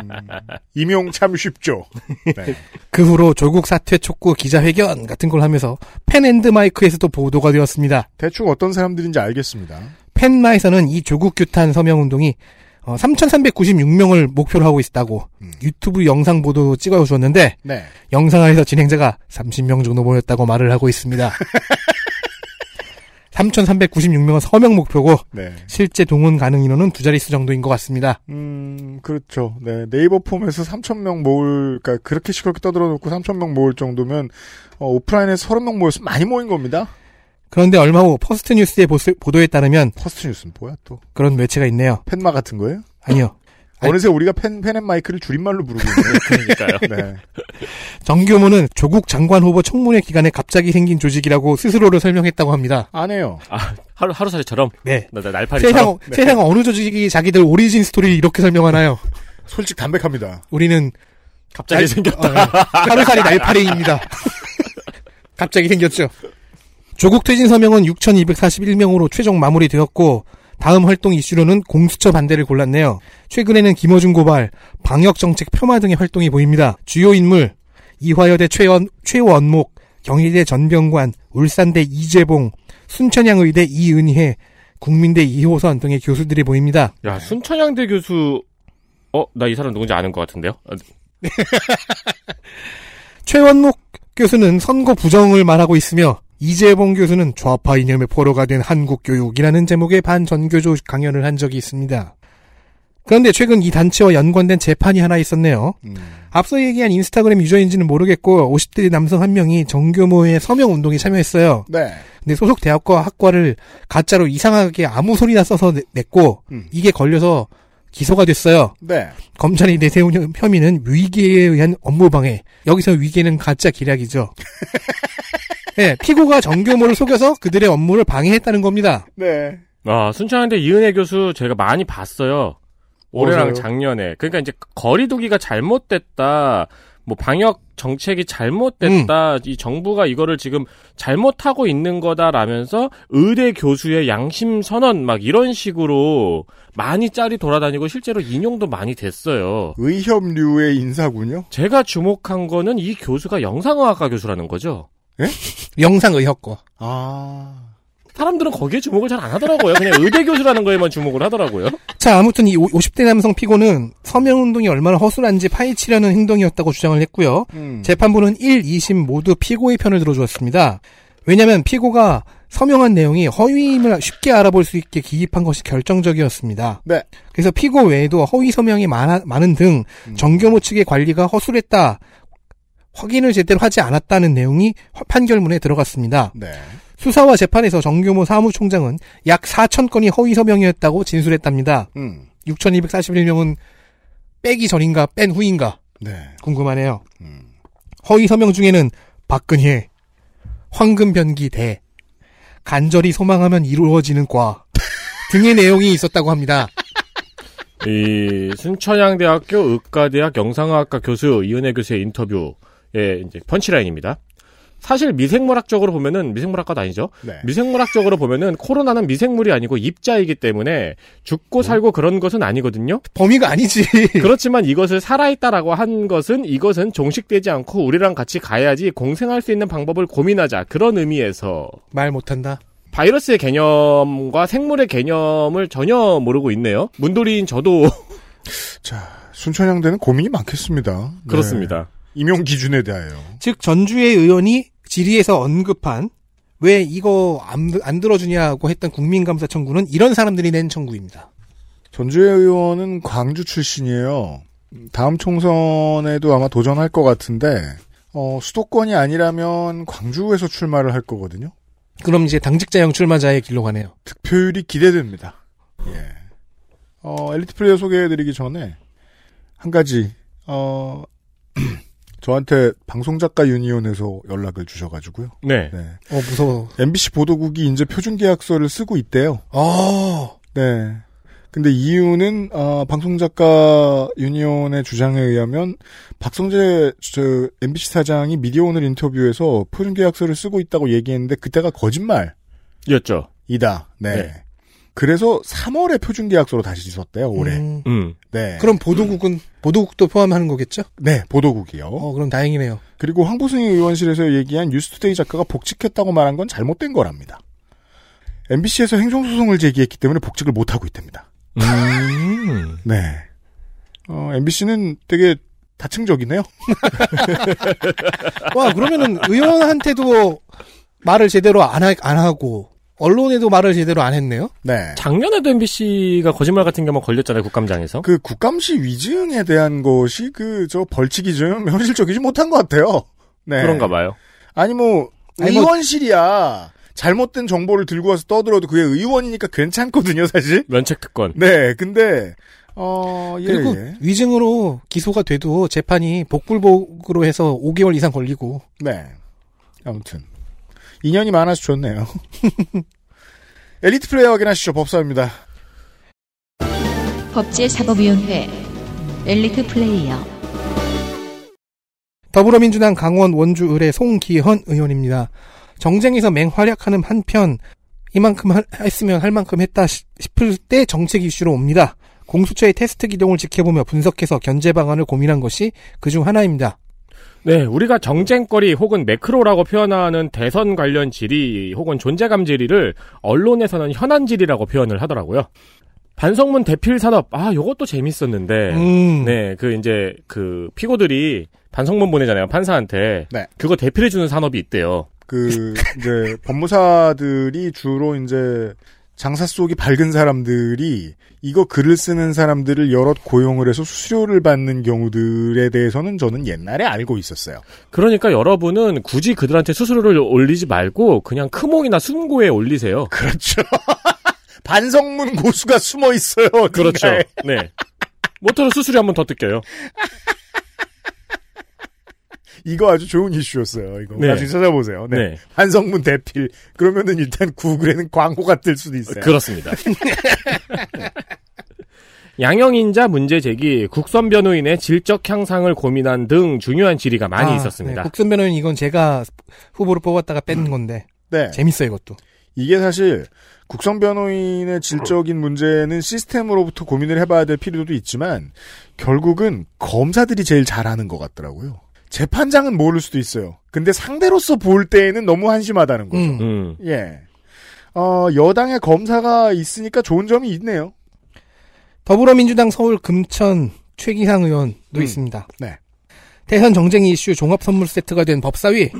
Speaker 4: 임용 참 쉽죠. *laughs* 네.
Speaker 3: 그 후로 조국 사퇴 촉구 기자회견 같은 걸 하면서 팬앤드마이크에서도 보도가 되었습니다.
Speaker 4: 대충 어떤 사람들인지 알겠습니다.
Speaker 3: 팬마에서는 이 조국 규탄 서명 운동이 3,396명을 목표로 하고 있다고
Speaker 4: 음.
Speaker 3: 유튜브 영상 보도 찍어주었는데
Speaker 4: 네.
Speaker 3: 영상화에서 진행자가 30명 정도 모였다고 말을 하고 있습니다. 3,396명은 서명 목표고
Speaker 4: 네.
Speaker 3: 실제 동원 가능 인원은 두 자릿수 정도인 것 같습니다.
Speaker 4: 음, 그렇죠. 네. 네이버 폼에서 3,000명 모을, 그러니까 그렇게 시끄럽게 떠들어 놓고 3,000명 모을 정도면, 어, 오프라인에 30명 모였으면 많이 모인 겁니다.
Speaker 3: 그런데 얼마 후 퍼스트 뉴스의 보스- 보도에 따르면
Speaker 4: 퍼스트 뉴스는 뭐야, 또?
Speaker 3: 그런 매체가 있네요.
Speaker 4: 팬마 같은 거예요?
Speaker 3: 아니요. 아니-
Speaker 4: 어느새 우리가 팬, 팬앤 마이크를 줄임말로 부르고
Speaker 2: *laughs*
Speaker 4: 있네요.
Speaker 2: 그러니까요.
Speaker 4: 네.
Speaker 3: 정규모는 조국 장관 후보 청문회 기간에 갑자기 생긴 조직이라고 스스로를 설명했다고 합니다.
Speaker 4: 안 해요.
Speaker 2: 하루 하루살이처럼
Speaker 3: 네.
Speaker 2: 나, 나 날파리처럼
Speaker 3: 세상, 세상 어느 조직이 자기들 오리진 스토리를 이렇게 설명하나요?
Speaker 4: 솔직 담백합니다.
Speaker 3: 우리는
Speaker 2: 갑자기
Speaker 3: 날-
Speaker 2: 생겼다.
Speaker 3: 어, 예. 하루살이 날파리입니다. *laughs* 갑자기 생겼죠. 조국 퇴진 서명은 6,241명으로 최종 마무리되었고 다음 활동 이슈로는 공수처 반대를 골랐네요. 최근에는 김어준 고발, 방역 정책 폄하 등의 활동이 보입니다. 주요 인물 이화여대 최원 최원목, 경희대 전병관, 울산대 이재봉, 순천향의대 이은혜, 국민대 이호선 등의 교수들이 보입니다.
Speaker 2: 야 순천향대 교수 어 나 이 사람 누군지 아는 것 같은데요? 아,
Speaker 3: 최원목 교수는 선거 부정을 말하고 있으며 이재봉 교수는 좌파 이념의 포로가 된 한국 교육이라는 제목의 반전교조 강연을 한 적이 있습니다. 그런데 최근 이 단체와 연관된 재판이 하나 있었네요.
Speaker 4: 음.
Speaker 3: 앞서 얘기한 인스타그램 유저인지는 모르겠고 50대 남성 한 명이 정규모의 서명 운동에 참여했어요.
Speaker 4: 네.
Speaker 3: 근데 소속 대학과 학과를 가짜로 이상하게 아무 소리나 써서 내- 냈고
Speaker 4: 음.
Speaker 3: 이게 걸려서 기소가 됐어요.
Speaker 4: 네.
Speaker 3: 검찰이 내세운 혐- 혐의는 위기에 의한 업무방해. 여기서 위기는 가짜 기략이죠. 네, 피고가 정규모를 속여서 그들의 업무를 방해했다는 겁니다.
Speaker 4: 네.
Speaker 2: 아 순천향대 이은혜 교수 제가 많이 봤어요. 올해랑
Speaker 4: 어서요?
Speaker 2: 작년에 그러니까 이제 거리두기가 잘못됐다 뭐 방역 정책이 잘못됐다. 이 정부가 이거를 지금 잘못하고 있는 거다라면서 의대 교수의 양심 선언 막 이런 식으로 많이 짤이 돌아다니고 실제로 인용도 많이 됐어요.
Speaker 4: 의협류의 인사군요.
Speaker 2: 제가 주목한 거는 이 교수가 영상의학과 교수라는 거죠.
Speaker 3: 영상의학과.
Speaker 4: 아
Speaker 2: 사람들은 거기에 주목을 잘 안 하더라고요. 그냥 의대 교수라는 거에만 주목을 하더라고요.
Speaker 3: 자, 아무튼 이 50대 남성 피고는 서명운동이 얼마나 허술한지 파헤치려는 행동이었다고 주장을 했고요.
Speaker 4: 음.
Speaker 3: 재판부는 1, 2심 모두 피고의 편을 들어주었습니다. 왜냐하면 피고가 서명한 내용이 허위임을 쉽게 알아볼 수 있게 기입한 것이 결정적이었습니다.
Speaker 4: 네.
Speaker 3: 그래서 피고 외에도 허위 서명이 많은등
Speaker 4: 음.
Speaker 3: 정교모 측의 관리가 허술했다, 확인을 제대로 하지 않았다는 내용이 화- 판결문에 들어갔습니다.
Speaker 4: 네.
Speaker 3: 수사와 재판에서 정교모 사무총장은 약 4천 건이 허위 서명이었다고 진술했답니다.
Speaker 4: 음.
Speaker 3: 6,241명은 빼기 전인가 뺀 후인가
Speaker 4: 네.
Speaker 3: 궁금하네요.
Speaker 4: 음.
Speaker 3: 허위 서명 중에는 박근혜, 황금변기대, 간절히 소망하면 이루어지는 과 등의 내용이 있었다고 합니다.
Speaker 2: 이 순천향대학교 의과대학 영상학과 교수 이은혜 교수의 인터뷰의 이제 펀치라인입니다. 사실 미생물학적으로 보면은 미생물학과도 아니죠.
Speaker 4: 네.
Speaker 2: 미생물학적으로 보면은 코로나는 미생물이 아니고 입자이기 때문에 죽고 살고 그런 것은 아니거든요.
Speaker 3: 범위가 아니지. *laughs*
Speaker 2: 그렇지만 이것을 살아있다라고 한 것은 이것은 종식되지 않고 우리랑 같이 가야지 공생할 수 있는 방법을 고민하자 그런 의미에서
Speaker 3: 말 못한다.
Speaker 2: 바이러스의 개념과 생물의 개념을 전혀 모르고 있네요. 문돌이인 저도 *laughs*
Speaker 4: 순천향대는 고민이 많겠습니다. 네.
Speaker 2: 그렇습니다.
Speaker 4: 임용 기준에 대하여.
Speaker 3: 즉 전주의 의원이 질의에서 언급한 왜 이거 안, 안 들어주냐고 했던 국민감사 청구는 이런 사람들이 낸 청구입니다.
Speaker 4: 전주의 의원은 광주 출신이에요. 다음 총선에도 아마 도전할 것 같은데 어, 수도권이 아니라면 광주에서 출마를 할 거거든요.
Speaker 3: 그럼 이제 당직자형 출마자의 길로 가네요.
Speaker 4: 득표율이 기대됩니다. 예. 어, 엘리트 플레이어 소개해드리기 전에 한 가지 어, *clears throat* 저한테 방송작가 유니온에서 연락을 주셔가지고요.
Speaker 2: 네.
Speaker 4: 네.
Speaker 3: 어 무서워.
Speaker 4: MBC 보도국이 이제 표준계약서를 쓰고 있대요.
Speaker 3: 어
Speaker 4: 네. 근데 이유는 어, 방송작가 유니온의 주장에 의하면 박성재 저, MBC 사장이 미디어 오늘 인터뷰에서 표준계약서를 쓰고 있다고 얘기했는데 그때가 거짓말이다.
Speaker 2: 이었죠.
Speaker 4: 네.
Speaker 2: 네.
Speaker 4: 그래서 3월에 표준계약서로 다시 썼대요 올해.
Speaker 3: 음.
Speaker 2: 음.
Speaker 4: 네.
Speaker 3: 그럼 보도국은 보도국도 포함하는 거겠죠?
Speaker 4: 네 보도국이요.
Speaker 3: 어 그럼 다행이네요.
Speaker 4: 그리고 황보승희 의원실에서 얘기한 뉴스투데이 작가가 복직했다고 말한 건 잘못된 거랍니다. MBC에서 행정소송을 제기했기 때문에 복직을 못 하고 있답니다. 네. MBC는 되게 다층적이네요.
Speaker 3: 와 그러면은 의원한테도 말을 제대로 안, 하, 안 하고 언론에도 말을 제대로 안 했네요.
Speaker 4: 네.
Speaker 2: 작년에도 MBC가 거짓말 같은 경우 걸렸잖아요, 국감장에서.
Speaker 4: 그 국감시 위증에 대한 것이 그 저 벌칙이 좀 현실적이지 못한 것 같아요. 네.
Speaker 2: 그런가 봐요.
Speaker 4: 아니 뭐
Speaker 3: 아니, 뭐-
Speaker 4: 의원실이야. 잘못된 정보를 들고 와서 떠들어도 그게 의원이니까 괜찮거든요, 사실.
Speaker 2: 면책 특권.
Speaker 4: 네. 근데 어, 예,
Speaker 3: 그리고
Speaker 4: 예.
Speaker 3: 위증으로 기소가 돼도 재판이 복불복으로 해서 5개월 이상 걸리고
Speaker 4: 네. 아무튼 인연이 많아서 좋네요. *laughs* 엘리트 플레이어 확인하시죠. 법사입니다.
Speaker 1: 법제사법위원회 엘리트 플레이어
Speaker 3: 더불어민주당 강원 원주 의뢰 송기헌 의원입니다. 정쟁에서 맹활약하는 한편 이만큼 할- 했으면 할 만큼 했다 시- 싶을 때 정책 이슈로 옵니다. 공수처의 테스트 기동을 지켜보며 분석해서 견제 방안을 고민한 것이 그중 하나입니다.
Speaker 2: 네, 우리가 정쟁거리 혹은 매크로라고 표현하는 대선 관련 질의 혹은 존재감 질의를 언론에서는 현안 질의라고 표현을 하더라고요. 반성문 대필 산업, 아, 요것도 재밌었는데.
Speaker 3: 음,
Speaker 2: 네, 그 이제 그 피고들이 반성문 보내잖아요, 판사한테.
Speaker 4: 네.
Speaker 2: 그거 대필해주는 산업이 있대요.
Speaker 4: 그 이제 법무사들이 주로 이제 장사 속이 밝은 사람들이 이거 글을 쓰는 사람들을 여럿 고용을 해서 수수료를 받는 경우들에 대해서는 저는 옛날에 알고 있었어요.
Speaker 2: 그러니까 여러분은 굳이 그들한테 수수료를 올리지 말고 그냥 크몽이나 순고에 올리세요.
Speaker 4: 그렇죠. *laughs* 반성문 고수가 숨어 있어요. 어딘가에.
Speaker 2: 그렇죠. 네. 모터로 수수료 한 번 더 뜯겨요.
Speaker 4: 이거 아주 좋은 이슈였어요. 이거
Speaker 2: 네.
Speaker 4: 나중에 찾아보세요. 네.
Speaker 2: 네.
Speaker 4: 반성문 대필. 그러면은 일단 구글에는 광고가 뜰 수도 있어요.
Speaker 2: 그렇습니다. *laughs* 양형인자 문제 제기, 국선 변호인의 질적 향상을 고민한 등 중요한 질의가 많이
Speaker 3: 아,
Speaker 2: 있었습니다.
Speaker 3: 네, 국선 변호인 이건 제가 후보로 뽑았다가 뺀 건데
Speaker 4: 네.
Speaker 3: 재밌어요 이것도.
Speaker 4: 이게 사실 국선 변호인의 질적인 문제는 시스템으로부터 고민을 해봐야 될 필요도 있지만 결국은 검사들이 제일 잘하는 것 같더라고요. 재판장은 모를 수도 있어요. 근데 상대로서 볼 때에는 너무 한심하다는 거죠.
Speaker 3: 음.
Speaker 2: 음.
Speaker 4: 예. 어, 여당의 검사가 있으니까 좋은 점이 있네요.
Speaker 3: 더불어민주당 서울 금천 최기상 의원도 있습니다.
Speaker 4: 네.
Speaker 3: 대선 정쟁 이슈 종합 선물 세트가 된 법사위에서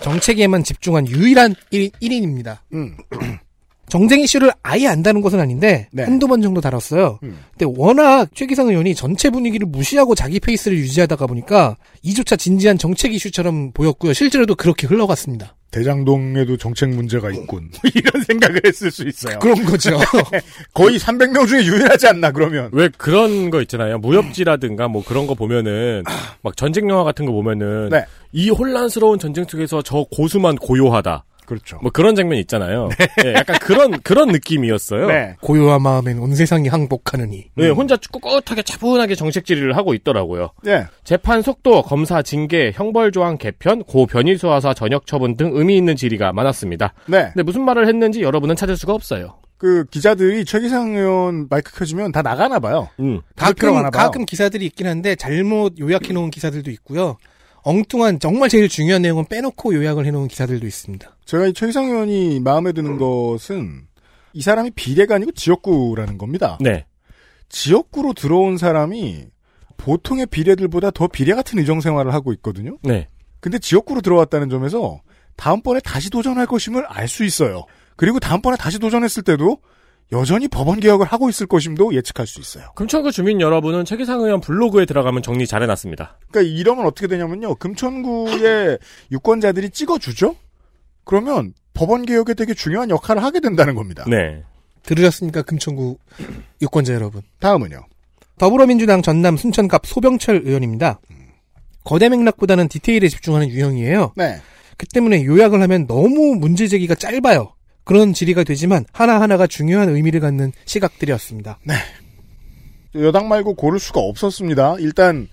Speaker 3: 정책에만 집중한 유일한 1, 인입니다
Speaker 4: 음.
Speaker 3: 정쟁 이슈를 아예 안다는 것은 아닌데
Speaker 4: 네.
Speaker 3: 한두 번 정도 다뤘어요.
Speaker 4: 음.
Speaker 3: 근데 워낙 최기상 의원이 전체 분위기를 무시하고 자기 페이스를 유지하다가 보니까 이조차 진지한 정책 이슈처럼 보였고요. 실제로도 그렇게 흘러갔습니다.
Speaker 4: 대장동에도 정책 문제가 *laughs* 있군. 뭐 이런 생각을 했을 수 있어요.
Speaker 3: 그런 *laughs* 거죠.
Speaker 4: 거의 300명 중에 유일하지 않나, 그러면.
Speaker 2: 왜 그런 거 있잖아요. 무협지라든가 뭐 그런 거 보면은 막 전쟁 영화 같은 거 보면은
Speaker 4: 네.
Speaker 2: 이 혼란스러운 전쟁 속에서 저 고수만 고요하다.
Speaker 4: 그렇죠.
Speaker 2: 뭐 그런 장면 *laughs* 있잖아요. 예, 약간 그런 그런 느낌이었어요.
Speaker 4: 네.
Speaker 3: 고요한 마음엔 온 세상이 항복하느니.
Speaker 2: 네, 혼자 꿋꿋하게 차분하게 정책 질의를 하고 있더라고요.
Speaker 4: 예.
Speaker 2: 재판 속도, 검사 징계, 형벌 조항 개편, 고 변희수화사 전역 처분 등 의미 있는 질의가 많았습니다.
Speaker 4: 네.
Speaker 2: 근데 무슨 말을 했는지 여러분은 찾을 수가 없어요.
Speaker 4: 그 기자들이 최기상 의원 마이크 켜지면 다 나가나 봐요.
Speaker 2: 음.
Speaker 4: 그럴 필요가
Speaker 3: 가끔
Speaker 4: 많아 봐요.
Speaker 3: 가끔 기사들이 있긴 한데 잘못 요약해 놓은 기사들도 있고요. 엉뚱한 정말 제일 중요한 내용은 빼놓고 요약을 해 놓은 기사들도 있습니다.
Speaker 4: 제가 이 최기상 의원이 마음에 드는 것은 이 사람이 비례가 아니고 지역구라는 겁니다.
Speaker 2: 네.
Speaker 4: 지역구로 들어온 사람이 보통의 비례들보다 더 비례 같은 의정 생활을 하고 있거든요.
Speaker 2: 네.
Speaker 4: 근데 지역구로 들어왔다는 점에서 다음번에 다시 도전할 것임을 알 수 있어요. 그리고 다음번에 다시 도전했을 때도 여전히 법원 개혁을 하고 있을 것임도 예측할 수 있어요.
Speaker 2: 금천구 주민 여러분은 최기상 의원 블로그에 들어가면 정리 잘 해놨습니다.
Speaker 4: 그러니까 이러면 어떻게 되냐면요. 금천구의 유권자들이 찍어주죠? 그러면 법원 개혁에 되게 중요한 역할을 하게 된다는 겁니다.
Speaker 2: 네.
Speaker 3: 들으셨습니까? 금천구 유권자 여러분.
Speaker 4: 다음은요.
Speaker 3: 더불어민주당 전남 순천갑 소병철 의원입니다. 거대 맥락보다는 디테일에 집중하는 유형이에요.
Speaker 4: 네.
Speaker 3: 그 때문에 요약을 하면 너무 문제 제기가 짧아요. 그런 질의가 되지만 하나하나가 중요한 의미를 갖는 시각들이었습니다.
Speaker 4: 여당 말고 고를 수가 없었습니다. 일단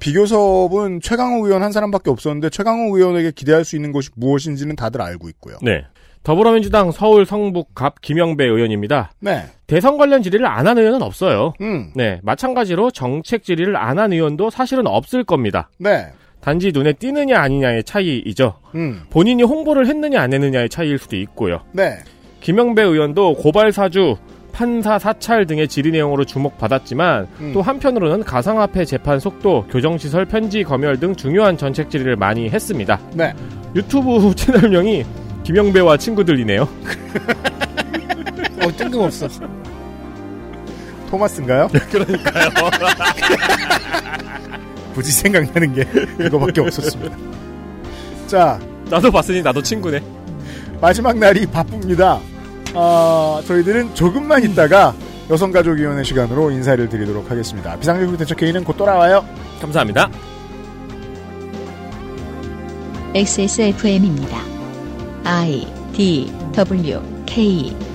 Speaker 4: 비교섭은 최강욱 의원 한 사람밖에 없었는데 최강욱 의원에게 기대할 수 있는 것이 무엇인지는 다들 알고 있고요.
Speaker 2: 네. 더불어민주당 서울 성북갑 김영배 의원입니다.
Speaker 4: 네.
Speaker 2: 대선 관련 질의를 안 한 의원은 없어요.
Speaker 4: 음.
Speaker 2: 네. 마찬가지로 정책 질의를 안 한 의원도 사실은 없을 겁니다.
Speaker 4: 네.
Speaker 2: 단지 눈에 띄느냐 아니냐의 차이이죠.
Speaker 4: 음.
Speaker 2: 본인이 홍보를 했느냐 안 했느냐의 차이일 수도 있고요.
Speaker 4: 네.
Speaker 2: 김영배 의원도 고발 사주, 판사 사찰 등의 질의 내용으로 주목받았지만
Speaker 4: 음.
Speaker 2: 또 한편으로는 가상화폐 재판 속도, 교정시설 편지 검열 등 중요한 전책 질의를 많이 했습니다.
Speaker 4: 네.
Speaker 2: 유튜브 *laughs* 채널명이 김영배와 친구들이네요.
Speaker 3: 어, 뜬금없어.
Speaker 4: 토마스인가요? *laughs* 그러니까요. 굳이 생각나는 게 이거밖에 없었습니다. 자,
Speaker 2: 나도 봤으니 나도 친구네.
Speaker 4: 마지막 날이 바쁩니다. 아, 저희들은 조금만 있다가 여성가족위원회 시간으로 인사를 드리도록 하겠습니다. 비상대국 대책회의는 곧 돌아와요.
Speaker 2: 감사합니다.
Speaker 1: XSFM입니다. I D W K